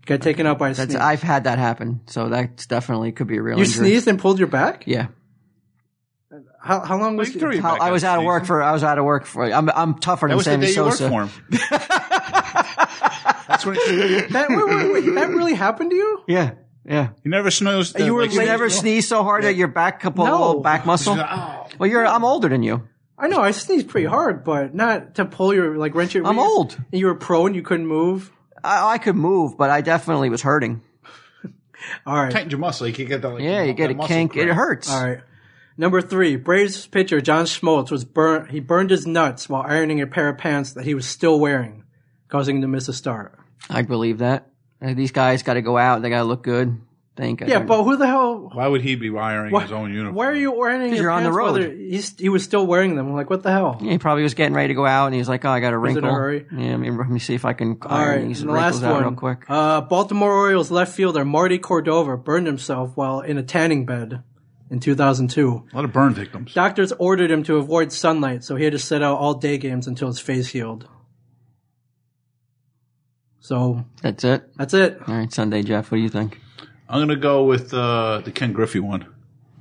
Speaker 5: Got taken out by a
Speaker 8: That's.
Speaker 5: sneeze.
Speaker 8: I've had that happen, so that's definitely could be a real
Speaker 5: you
Speaker 8: injury.
Speaker 5: sneezed and pulled your back?
Speaker 8: Yeah.
Speaker 5: How, how long was
Speaker 6: You threw
Speaker 5: it?
Speaker 6: your
Speaker 8: How-
Speaker 6: back
Speaker 8: I was
Speaker 6: up,
Speaker 8: out of
Speaker 6: Steve.
Speaker 8: work for. I was out of work for. I'm. I'm tougher
Speaker 6: That
Speaker 8: than
Speaker 6: was the
Speaker 8: Sammy
Speaker 6: day you worked
Speaker 8: Sosa.
Speaker 6: for him. That's when he,
Speaker 5: That, wait, wait, wait, that really happened to you?
Speaker 8: Yeah. Yeah.
Speaker 6: he never snows.
Speaker 5: You were
Speaker 8: You
Speaker 5: late-
Speaker 8: never sneeze so hard that your back couple
Speaker 5: No. "Oh."
Speaker 8: little back muscle. Well, you're I'm older than you.
Speaker 5: I know, I sneezed pretty hard, but not to pull your, like, wrench your.
Speaker 8: I'm
Speaker 5: were you-
Speaker 8: old.
Speaker 5: You were prone, you couldn't move?
Speaker 8: I, I could move, but I definitely was hurting.
Speaker 5: All right.
Speaker 6: tightened your muscle. You could get that. Like,
Speaker 8: Yeah, you get a
Speaker 6: that muscle
Speaker 8: kink.
Speaker 6: cramp.
Speaker 8: It hurts.
Speaker 5: All right. Number three, Braves pitcher John Schmoltz was burnt. He burned his nuts while ironing a pair of pants that he was still wearing, causing him to miss a start.
Speaker 8: I believe that. Uh, These guys got to go out. They got to look good. Thank
Speaker 5: Yeah, but who the hell?
Speaker 6: Why would he be wiring his own uniform?
Speaker 5: Why are you ironing? your
Speaker 8: you're on
Speaker 5: pants
Speaker 8: the road.
Speaker 5: whether- He's, he was still wearing them. I'm like, what the hell?
Speaker 8: he probably was getting ready to go out, and he's like, "Oh, I got a
Speaker 5: in a
Speaker 8: wrinkle."
Speaker 5: hurry.
Speaker 8: Yeah, I mean, let me see if I can
Speaker 5: All right,
Speaker 8: iron
Speaker 5: and
Speaker 8: these
Speaker 5: the
Speaker 8: wrinkles
Speaker 5: last
Speaker 8: out
Speaker 5: one.
Speaker 8: real quick.
Speaker 5: Uh, Baltimore Orioles left fielder Marty Cordova burned himself while in a tanning bed in 2002.
Speaker 6: A lot of burn victims.
Speaker 5: Doctors ordered him to avoid sunlight, so he had to sit out all day games until his face healed. So
Speaker 8: That's it.
Speaker 5: that's it.
Speaker 8: All right, Sunday, Jeff. What do you think?
Speaker 6: I'm gonna go with uh, the Ken Griffey one.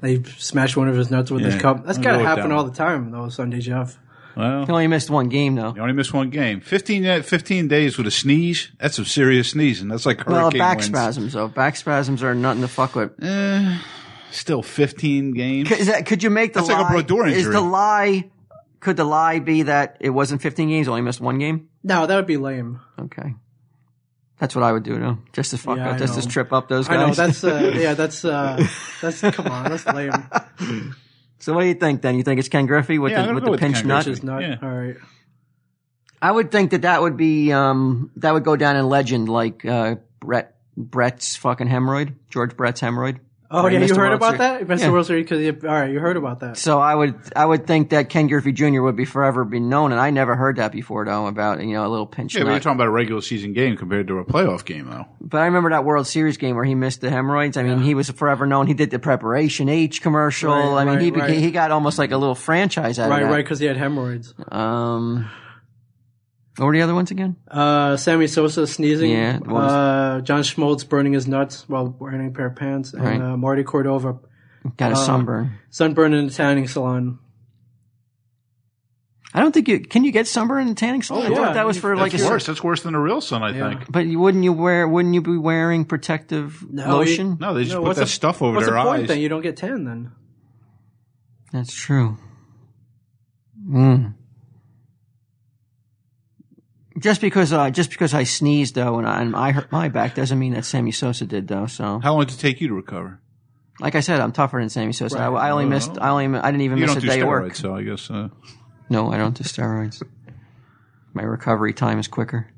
Speaker 5: They smash one of his nuts with his
Speaker 6: Yeah.
Speaker 5: cup. That's
Speaker 6: I'll
Speaker 5: got
Speaker 6: go
Speaker 5: to
Speaker 6: with
Speaker 5: happen
Speaker 6: that
Speaker 5: all
Speaker 6: one.
Speaker 5: the time, though, Sunday Jeff.
Speaker 6: Well,
Speaker 8: He only missed one game though.
Speaker 6: you only missed one game. 15, uh, 15 days with a sneeze. That's some serious sneezing. That's like hurricane
Speaker 8: Well, back
Speaker 6: winds. Eh,
Speaker 8: spasms though. Back spasms are nothing to fuck with.
Speaker 6: Still fifteen games.
Speaker 8: Is that, could you make the
Speaker 6: That's
Speaker 8: lie?
Speaker 6: like a Brodeur
Speaker 8: Is
Speaker 6: injury.
Speaker 8: the lie? Could the lie be that it wasn't 15 games? Only missed one game.
Speaker 5: No, that would be lame.
Speaker 8: Okay. That's what I would do, though, just to fuck
Speaker 5: Yeah,
Speaker 8: up,
Speaker 5: I
Speaker 8: just to
Speaker 5: know.
Speaker 8: trip up those
Speaker 5: I
Speaker 8: guys.
Speaker 5: know that's uh, yeah that's uh, that's come on that's lame.
Speaker 8: so what do you think then? You think it's Ken Griffey with
Speaker 6: Yeah, I'm
Speaker 8: the,
Speaker 6: gonna
Speaker 8: with
Speaker 6: go
Speaker 8: the
Speaker 6: with Ken
Speaker 8: pinch nut?
Speaker 6: Griffey.
Speaker 5: It's not
Speaker 6: Yeah.
Speaker 5: all right.
Speaker 8: I would think that that would be um, that would go down in legend, like uh, Brett Brett's fucking hemorrhoid, George Brett's hemorrhoid.
Speaker 5: Oh
Speaker 8: Right,
Speaker 5: yeah, you
Speaker 8: Mr.
Speaker 5: heard
Speaker 8: World
Speaker 5: about that,
Speaker 8: Series.
Speaker 5: Mr.
Speaker 8: Yeah.
Speaker 5: World Series? Because all right, you heard about that.
Speaker 8: So I would I would think that Ken Griffey Jr. would be forever be known, and I never heard that before though about you know a little pinch
Speaker 6: Yeah, but you're
Speaker 8: nut.
Speaker 6: talking about a regular season game compared to a playoff game, though.
Speaker 8: but I remember that World Series game where he missed the hemorrhoids. I mean, he was forever known. He did the preparation H commercial.
Speaker 5: Right,
Speaker 8: I mean, he
Speaker 5: right,
Speaker 8: became,
Speaker 5: right.
Speaker 8: he got almost like a little franchise out
Speaker 5: Right,
Speaker 8: of that.
Speaker 5: right, because he had hemorrhoids.
Speaker 8: Um, what were the other ones again?
Speaker 5: Uh, Sammy Sosa sneezing.
Speaker 8: Yeah, what was-
Speaker 5: Uh, John Schmoltz burning his nuts while wearing a pair of pants, and
Speaker 8: Right.
Speaker 5: uh, Marty Cordova
Speaker 8: Got a
Speaker 5: Um,
Speaker 8: sunburn.
Speaker 5: sunburn in a tanning salon.
Speaker 8: I don't think you can. You get sunburn in a tanning salon. I
Speaker 5: Oh, yeah.
Speaker 8: thought that was for like a.
Speaker 6: That's worse. That's worse than a real sun, I think.
Speaker 8: But you- wouldn't you wear? Wouldn't you be wearing protective lotion?
Speaker 6: No, they just
Speaker 5: No,
Speaker 6: put
Speaker 5: what's
Speaker 6: that
Speaker 5: the-
Speaker 6: stuff over
Speaker 5: What's
Speaker 6: their
Speaker 5: the point
Speaker 6: eyes.
Speaker 5: then? You don't get tan then.
Speaker 8: That's true. Mm. Just because uh, just because I sneezed though and I, and I hurt my back doesn't mean that Sammy Sosa did though. So
Speaker 6: How long did it take you to recover?
Speaker 8: like I said, I'm tougher than Sammy Sosa. I, I only
Speaker 6: Well,
Speaker 8: missed. I only. I didn't even
Speaker 6: You
Speaker 8: miss
Speaker 6: don't do
Speaker 8: a day of work.
Speaker 6: steroids, so I guess. Uh,
Speaker 8: No, I don't do steroids. My recovery time is quicker.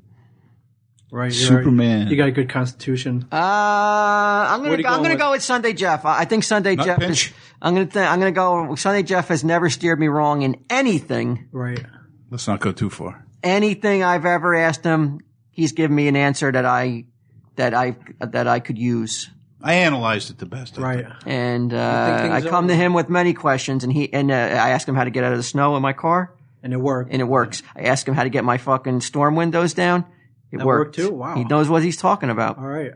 Speaker 5: Right, you're-
Speaker 6: Superman.
Speaker 5: You got a good constitution.
Speaker 8: Uh, I'm
Speaker 5: What are
Speaker 8: gonna
Speaker 5: you
Speaker 8: go, I'm
Speaker 5: going
Speaker 8: gonna
Speaker 5: with?
Speaker 8: go with Sunday Jeff. I, I think Sunday
Speaker 6: Nut
Speaker 8: Jeff
Speaker 6: pinch?
Speaker 8: is. I'm gonna th- I'm gonna go. Sunday Jeff has never steered me wrong in anything.
Speaker 5: Right.
Speaker 6: let's not go too far.
Speaker 8: anything I've ever asked him, he's given me an answer that I that I that I could use.
Speaker 6: I analyzed it the best. I
Speaker 5: Right.
Speaker 6: think.
Speaker 8: And
Speaker 5: think
Speaker 8: uh, I
Speaker 5: things
Speaker 8: come to
Speaker 5: over?
Speaker 8: him with many questions, and he and uh, I ask him how to get out of the snow in my car,
Speaker 5: And it worked.
Speaker 8: and it works. I ask him how to get my fucking storm windows down. It
Speaker 5: That
Speaker 8: worked
Speaker 5: worked too? Wow.
Speaker 8: He knows what he's talking about.
Speaker 5: All right.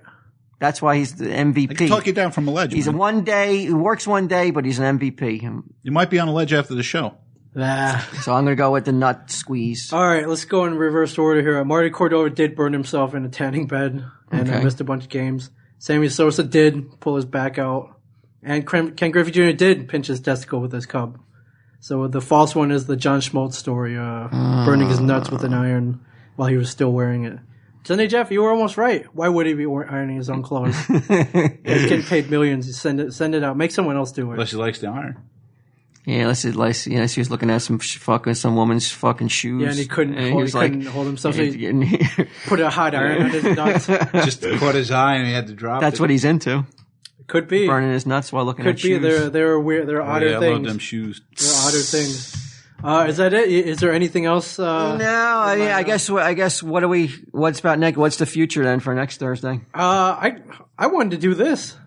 Speaker 8: That's why he's the MVP.
Speaker 6: I can talk you down from a ledge.
Speaker 8: he's a
Speaker 6: man.
Speaker 8: one day. He works one day, but he's an MVP.
Speaker 6: you might be on a ledge after the show.
Speaker 5: Ah.
Speaker 8: So I'm gonna go with the nut squeeze.
Speaker 5: All right, let's go in reverse order here. Marty Cordova did burn himself in a tanning bed and uh,
Speaker 8: Okay.
Speaker 5: missed a bunch of games. Sammy Sosa did pull his back out. And Ken Ken Griffey Jr. did pinch his testicle with his cub. So the false one is the John Schmaltz story, uh, burning his nuts with an iron while he was still wearing it. Sunday Jeff, you were almost right. Why would he be wear- ironing his own clothes? He's getting paid millions. You Send it, send it out. Make someone else do it.
Speaker 6: Unless he likes the iron.
Speaker 8: Yeah, let's see. Let's see. Let's see. He was looking at some sh- fucking some woman's fucking shoes.
Speaker 5: Yeah, and he couldn't
Speaker 8: And he
Speaker 5: hold- he
Speaker 8: was like,
Speaker 5: couldn't hold himself, so he-
Speaker 8: and he-
Speaker 5: Put a hot iron on his nuts.
Speaker 6: Just caught his eye and he had to drop.
Speaker 8: that's
Speaker 6: it.
Speaker 8: what he's into.
Speaker 5: Could be.
Speaker 8: Burning his nuts while looking
Speaker 5: Could be.
Speaker 8: at shoes.
Speaker 5: There, there are weird. There are
Speaker 6: Oh,
Speaker 5: odder
Speaker 6: yeah, I love
Speaker 5: things.
Speaker 6: them shoes.
Speaker 5: There are odder things. Uh, is that it? I- Is there anything else? Uh,
Speaker 8: no, I mean, I guess. what- I guess. What do we? What's about next? What's the future then for next Thursday?
Speaker 5: uh, I I wanted to do this.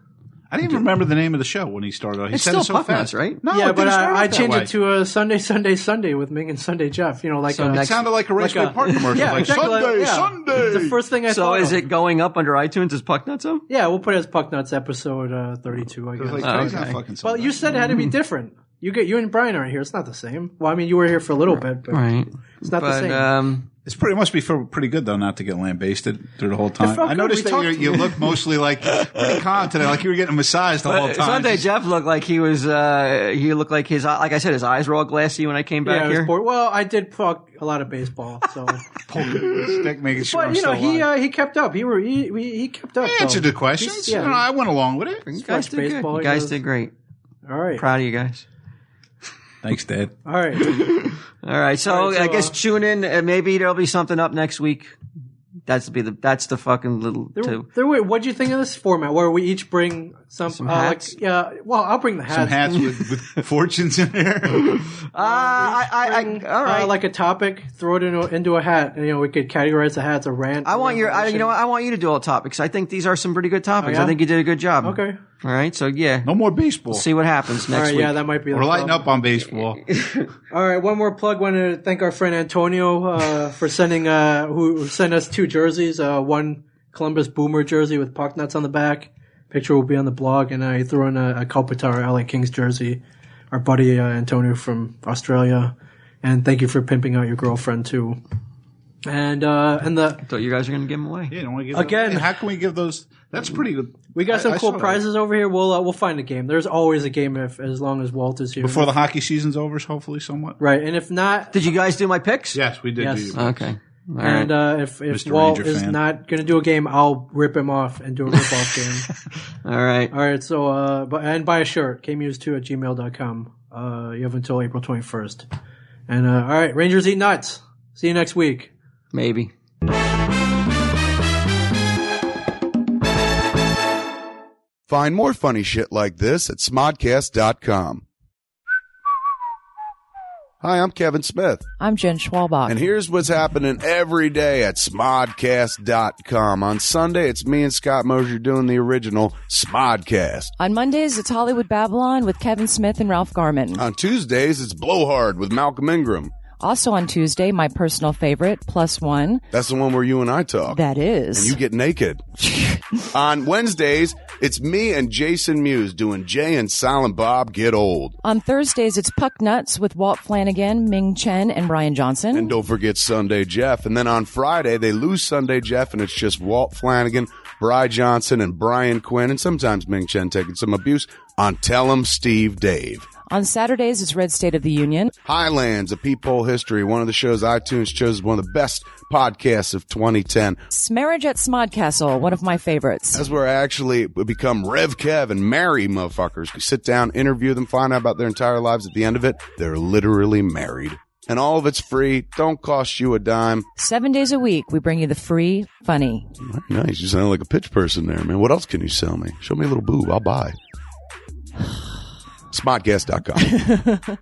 Speaker 6: I didn't even remember the name of the show when he started. off. He
Speaker 8: It's
Speaker 6: said
Speaker 8: still
Speaker 6: it so
Speaker 8: Puck
Speaker 6: fast,
Speaker 8: Nuts, right?
Speaker 6: No,
Speaker 5: yeah,
Speaker 6: it
Speaker 5: but
Speaker 6: didn't Oh, start
Speaker 5: I, I
Speaker 6: out that
Speaker 5: changed
Speaker 6: way.
Speaker 5: it to a Sunday, Sunday, Sunday with Ming and Sunday Jeff. You know, like
Speaker 8: So
Speaker 5: uh,
Speaker 8: next-
Speaker 6: It sounded like a
Speaker 5: like
Speaker 6: Raceway
Speaker 5: a-
Speaker 6: Park commercial.
Speaker 8: Yeah,
Speaker 6: like
Speaker 5: exactly, like-
Speaker 6: Sunday,
Speaker 5: yeah.
Speaker 6: Sunday.
Speaker 5: the first thing I
Speaker 8: So
Speaker 5: thought.
Speaker 8: is
Speaker 5: of.
Speaker 8: it going up under iTunes? Is Puck Nuts up?
Speaker 5: Yeah, we'll put it as Puck Nuts episode uh, thirty-two. I
Speaker 6: It was
Speaker 5: guess.
Speaker 6: like, Mm.
Speaker 8: Oh,
Speaker 6: it's not
Speaker 8: okay.
Speaker 6: fucking
Speaker 5: well,
Speaker 6: Sunday.
Speaker 5: you said it had to be different. You get you and Brian aren't here. It's not the same. Well, I mean, you were here for a little bit, but
Speaker 8: Right.
Speaker 5: it's not the
Speaker 8: But
Speaker 5: same.
Speaker 6: uh,
Speaker 8: um,
Speaker 6: It's pretty must be feel pretty good though not to get lambasted through the whole time.
Speaker 5: fuck
Speaker 6: I noticed
Speaker 5: we
Speaker 6: that you
Speaker 5: talked-
Speaker 6: you look mostly like pretty calm today, like you were getting massaged the whole time.
Speaker 8: Sunday
Speaker 6: Just-
Speaker 8: Jeff looked like he was. Uh, he looked like his. eye- Like I said, his eyes were all glassy when I came
Speaker 5: yeah,
Speaker 8: back
Speaker 5: I was
Speaker 8: here.
Speaker 5: bored. Well, I did talk a lot of baseball, so.
Speaker 6: Stick making sure
Speaker 5: But
Speaker 6: I'm
Speaker 5: you know,
Speaker 6: still
Speaker 5: he
Speaker 6: alive.
Speaker 5: uh, he kept up. He were he he, he kept up.
Speaker 6: I answered
Speaker 5: though.
Speaker 6: the questions.
Speaker 5: yeah.
Speaker 6: You know, I went along with it.
Speaker 8: You guys
Speaker 5: Watch
Speaker 8: did good.
Speaker 5: baseball,
Speaker 8: You
Speaker 5: he
Speaker 8: guys
Speaker 5: knows.
Speaker 8: did great.
Speaker 5: All right,
Speaker 8: Proud of you guys.
Speaker 6: Thanks, Dad.
Speaker 5: all right.
Speaker 8: All right, so,
Speaker 5: All right, so,
Speaker 8: I guess
Speaker 5: uh,
Speaker 8: tune in. Uh, maybe there'll be something up next week. That's be the that's the fucking little
Speaker 5: There,
Speaker 8: two.
Speaker 5: there, what do you think of this format where we each bring some,
Speaker 8: Some
Speaker 5: uh, like-
Speaker 8: hats?
Speaker 5: yeah, well, I'll bring the hats.
Speaker 6: Some hats with, with fortunes in there.
Speaker 8: Uh, I, I, I all right.
Speaker 5: Uh, like a topic, throw it into, into a hat, and you know we could categorize the hats, a rant.
Speaker 8: I want your I, you know
Speaker 5: what?
Speaker 8: what? I want you to do all topics. I think these are some pretty good topics.
Speaker 5: Oh, yeah?
Speaker 8: I think you did a good job.
Speaker 5: Okay.
Speaker 8: All right, so yeah,
Speaker 6: No more baseball.
Speaker 8: see what happens
Speaker 5: All
Speaker 8: next
Speaker 5: right,
Speaker 8: week.
Speaker 5: yeah, that might be.
Speaker 6: We're lighting up on baseball.
Speaker 5: All right, one more plug. Want to thank our friend Antonio uh, for sending uh, who who sent us two jerseys. Uh, one Columbus Boomer jersey with puck nuts on the back. Picture will be on the blog, and I threw in a, a Kopitar LA Kings jersey. Our buddy uh, Antonio from Australia, and thank you for pimping out your girlfriend too. And uh, and the
Speaker 8: so you guys are gonna give them away.
Speaker 6: Yeah, don't wanna give
Speaker 5: Again.
Speaker 6: Them, how can we give those? That's pretty good.
Speaker 5: we got
Speaker 6: I-
Speaker 5: some
Speaker 6: I
Speaker 5: cool
Speaker 6: saw that.
Speaker 5: prizes over here. We'll uh, we'll find a game. There's always a game if as long as Walt is here.
Speaker 6: before the hockey season's over. Hopefully, somewhat.
Speaker 5: right, and if not,
Speaker 8: Did you guys do my picks?
Speaker 6: Yes, we did.
Speaker 5: Yes.
Speaker 6: Do you.
Speaker 8: Okay. All right.
Speaker 5: And uh, if, if
Speaker 6: Mr.
Speaker 5: Walt
Speaker 6: Ranger
Speaker 5: is
Speaker 6: fan.
Speaker 5: not going to do a game, I'll rip him off and do a rip off game.
Speaker 8: All right.
Speaker 5: All right, so, uh, bu- and buy a shirt, kmuse2 at gmail.com. Uh, you have until April 21st. And, uh, all right, Rangers eat nuts. See you next week.
Speaker 8: Maybe.
Speaker 2: Find more funny shit like this at smodcast.com. Hi, I'm Kevin Smith,
Speaker 3: I'm Jen Schwalbach.
Speaker 2: and here's what's happening every day at smodcast.com. On Sunday, it's me and Scott Mosier doing the original Smodcast.
Speaker 3: On Mondays, it's Hollywood Babylon with Kevin Smith and Ralph Garman.
Speaker 2: On Tuesdays, it's Blowhard with Malcolm Ingram.
Speaker 3: Also on Tuesday, my personal favorite, Plus One.
Speaker 2: That's the one where you and I talk.
Speaker 3: That
Speaker 2: and
Speaker 3: is.
Speaker 2: you get naked. On Wednesdays, it's me and Jason Mewes doing Jay and Silent Bob Get Old.
Speaker 3: on Thursdays, it's Puck Nuts with Walt Flanagan, Ming Chen, and Brian Johnson.
Speaker 2: And don't forget Sunday Jeff. And then on Friday, they lose Sunday Jeff, and it's just Walt Flanagan, Bry Johnson, and Brian Quinn, and sometimes Ming Chen taking some abuse on Tell 'em Steve Dave.
Speaker 3: on Saturdays, it's Red State of the Union.
Speaker 2: Highlands, a peephole history, one of the shows iTunes chose as one of the best podcasts of 2010.
Speaker 3: Smarriage at Smodcastle, one of my favorites.
Speaker 2: That's where I actually become Rev Kev and marry motherfuckers. We sit down, interview them, find out about their entire lives. At the end of it, they're literally married. And all of it's free. Don't cost you a dime.
Speaker 3: Seven days a week, we bring you the free, funny.
Speaker 2: Nice. You sound like a pitch person there, man. What else can you sell me? Show me a little boob. I'll buy. Smodcast.com.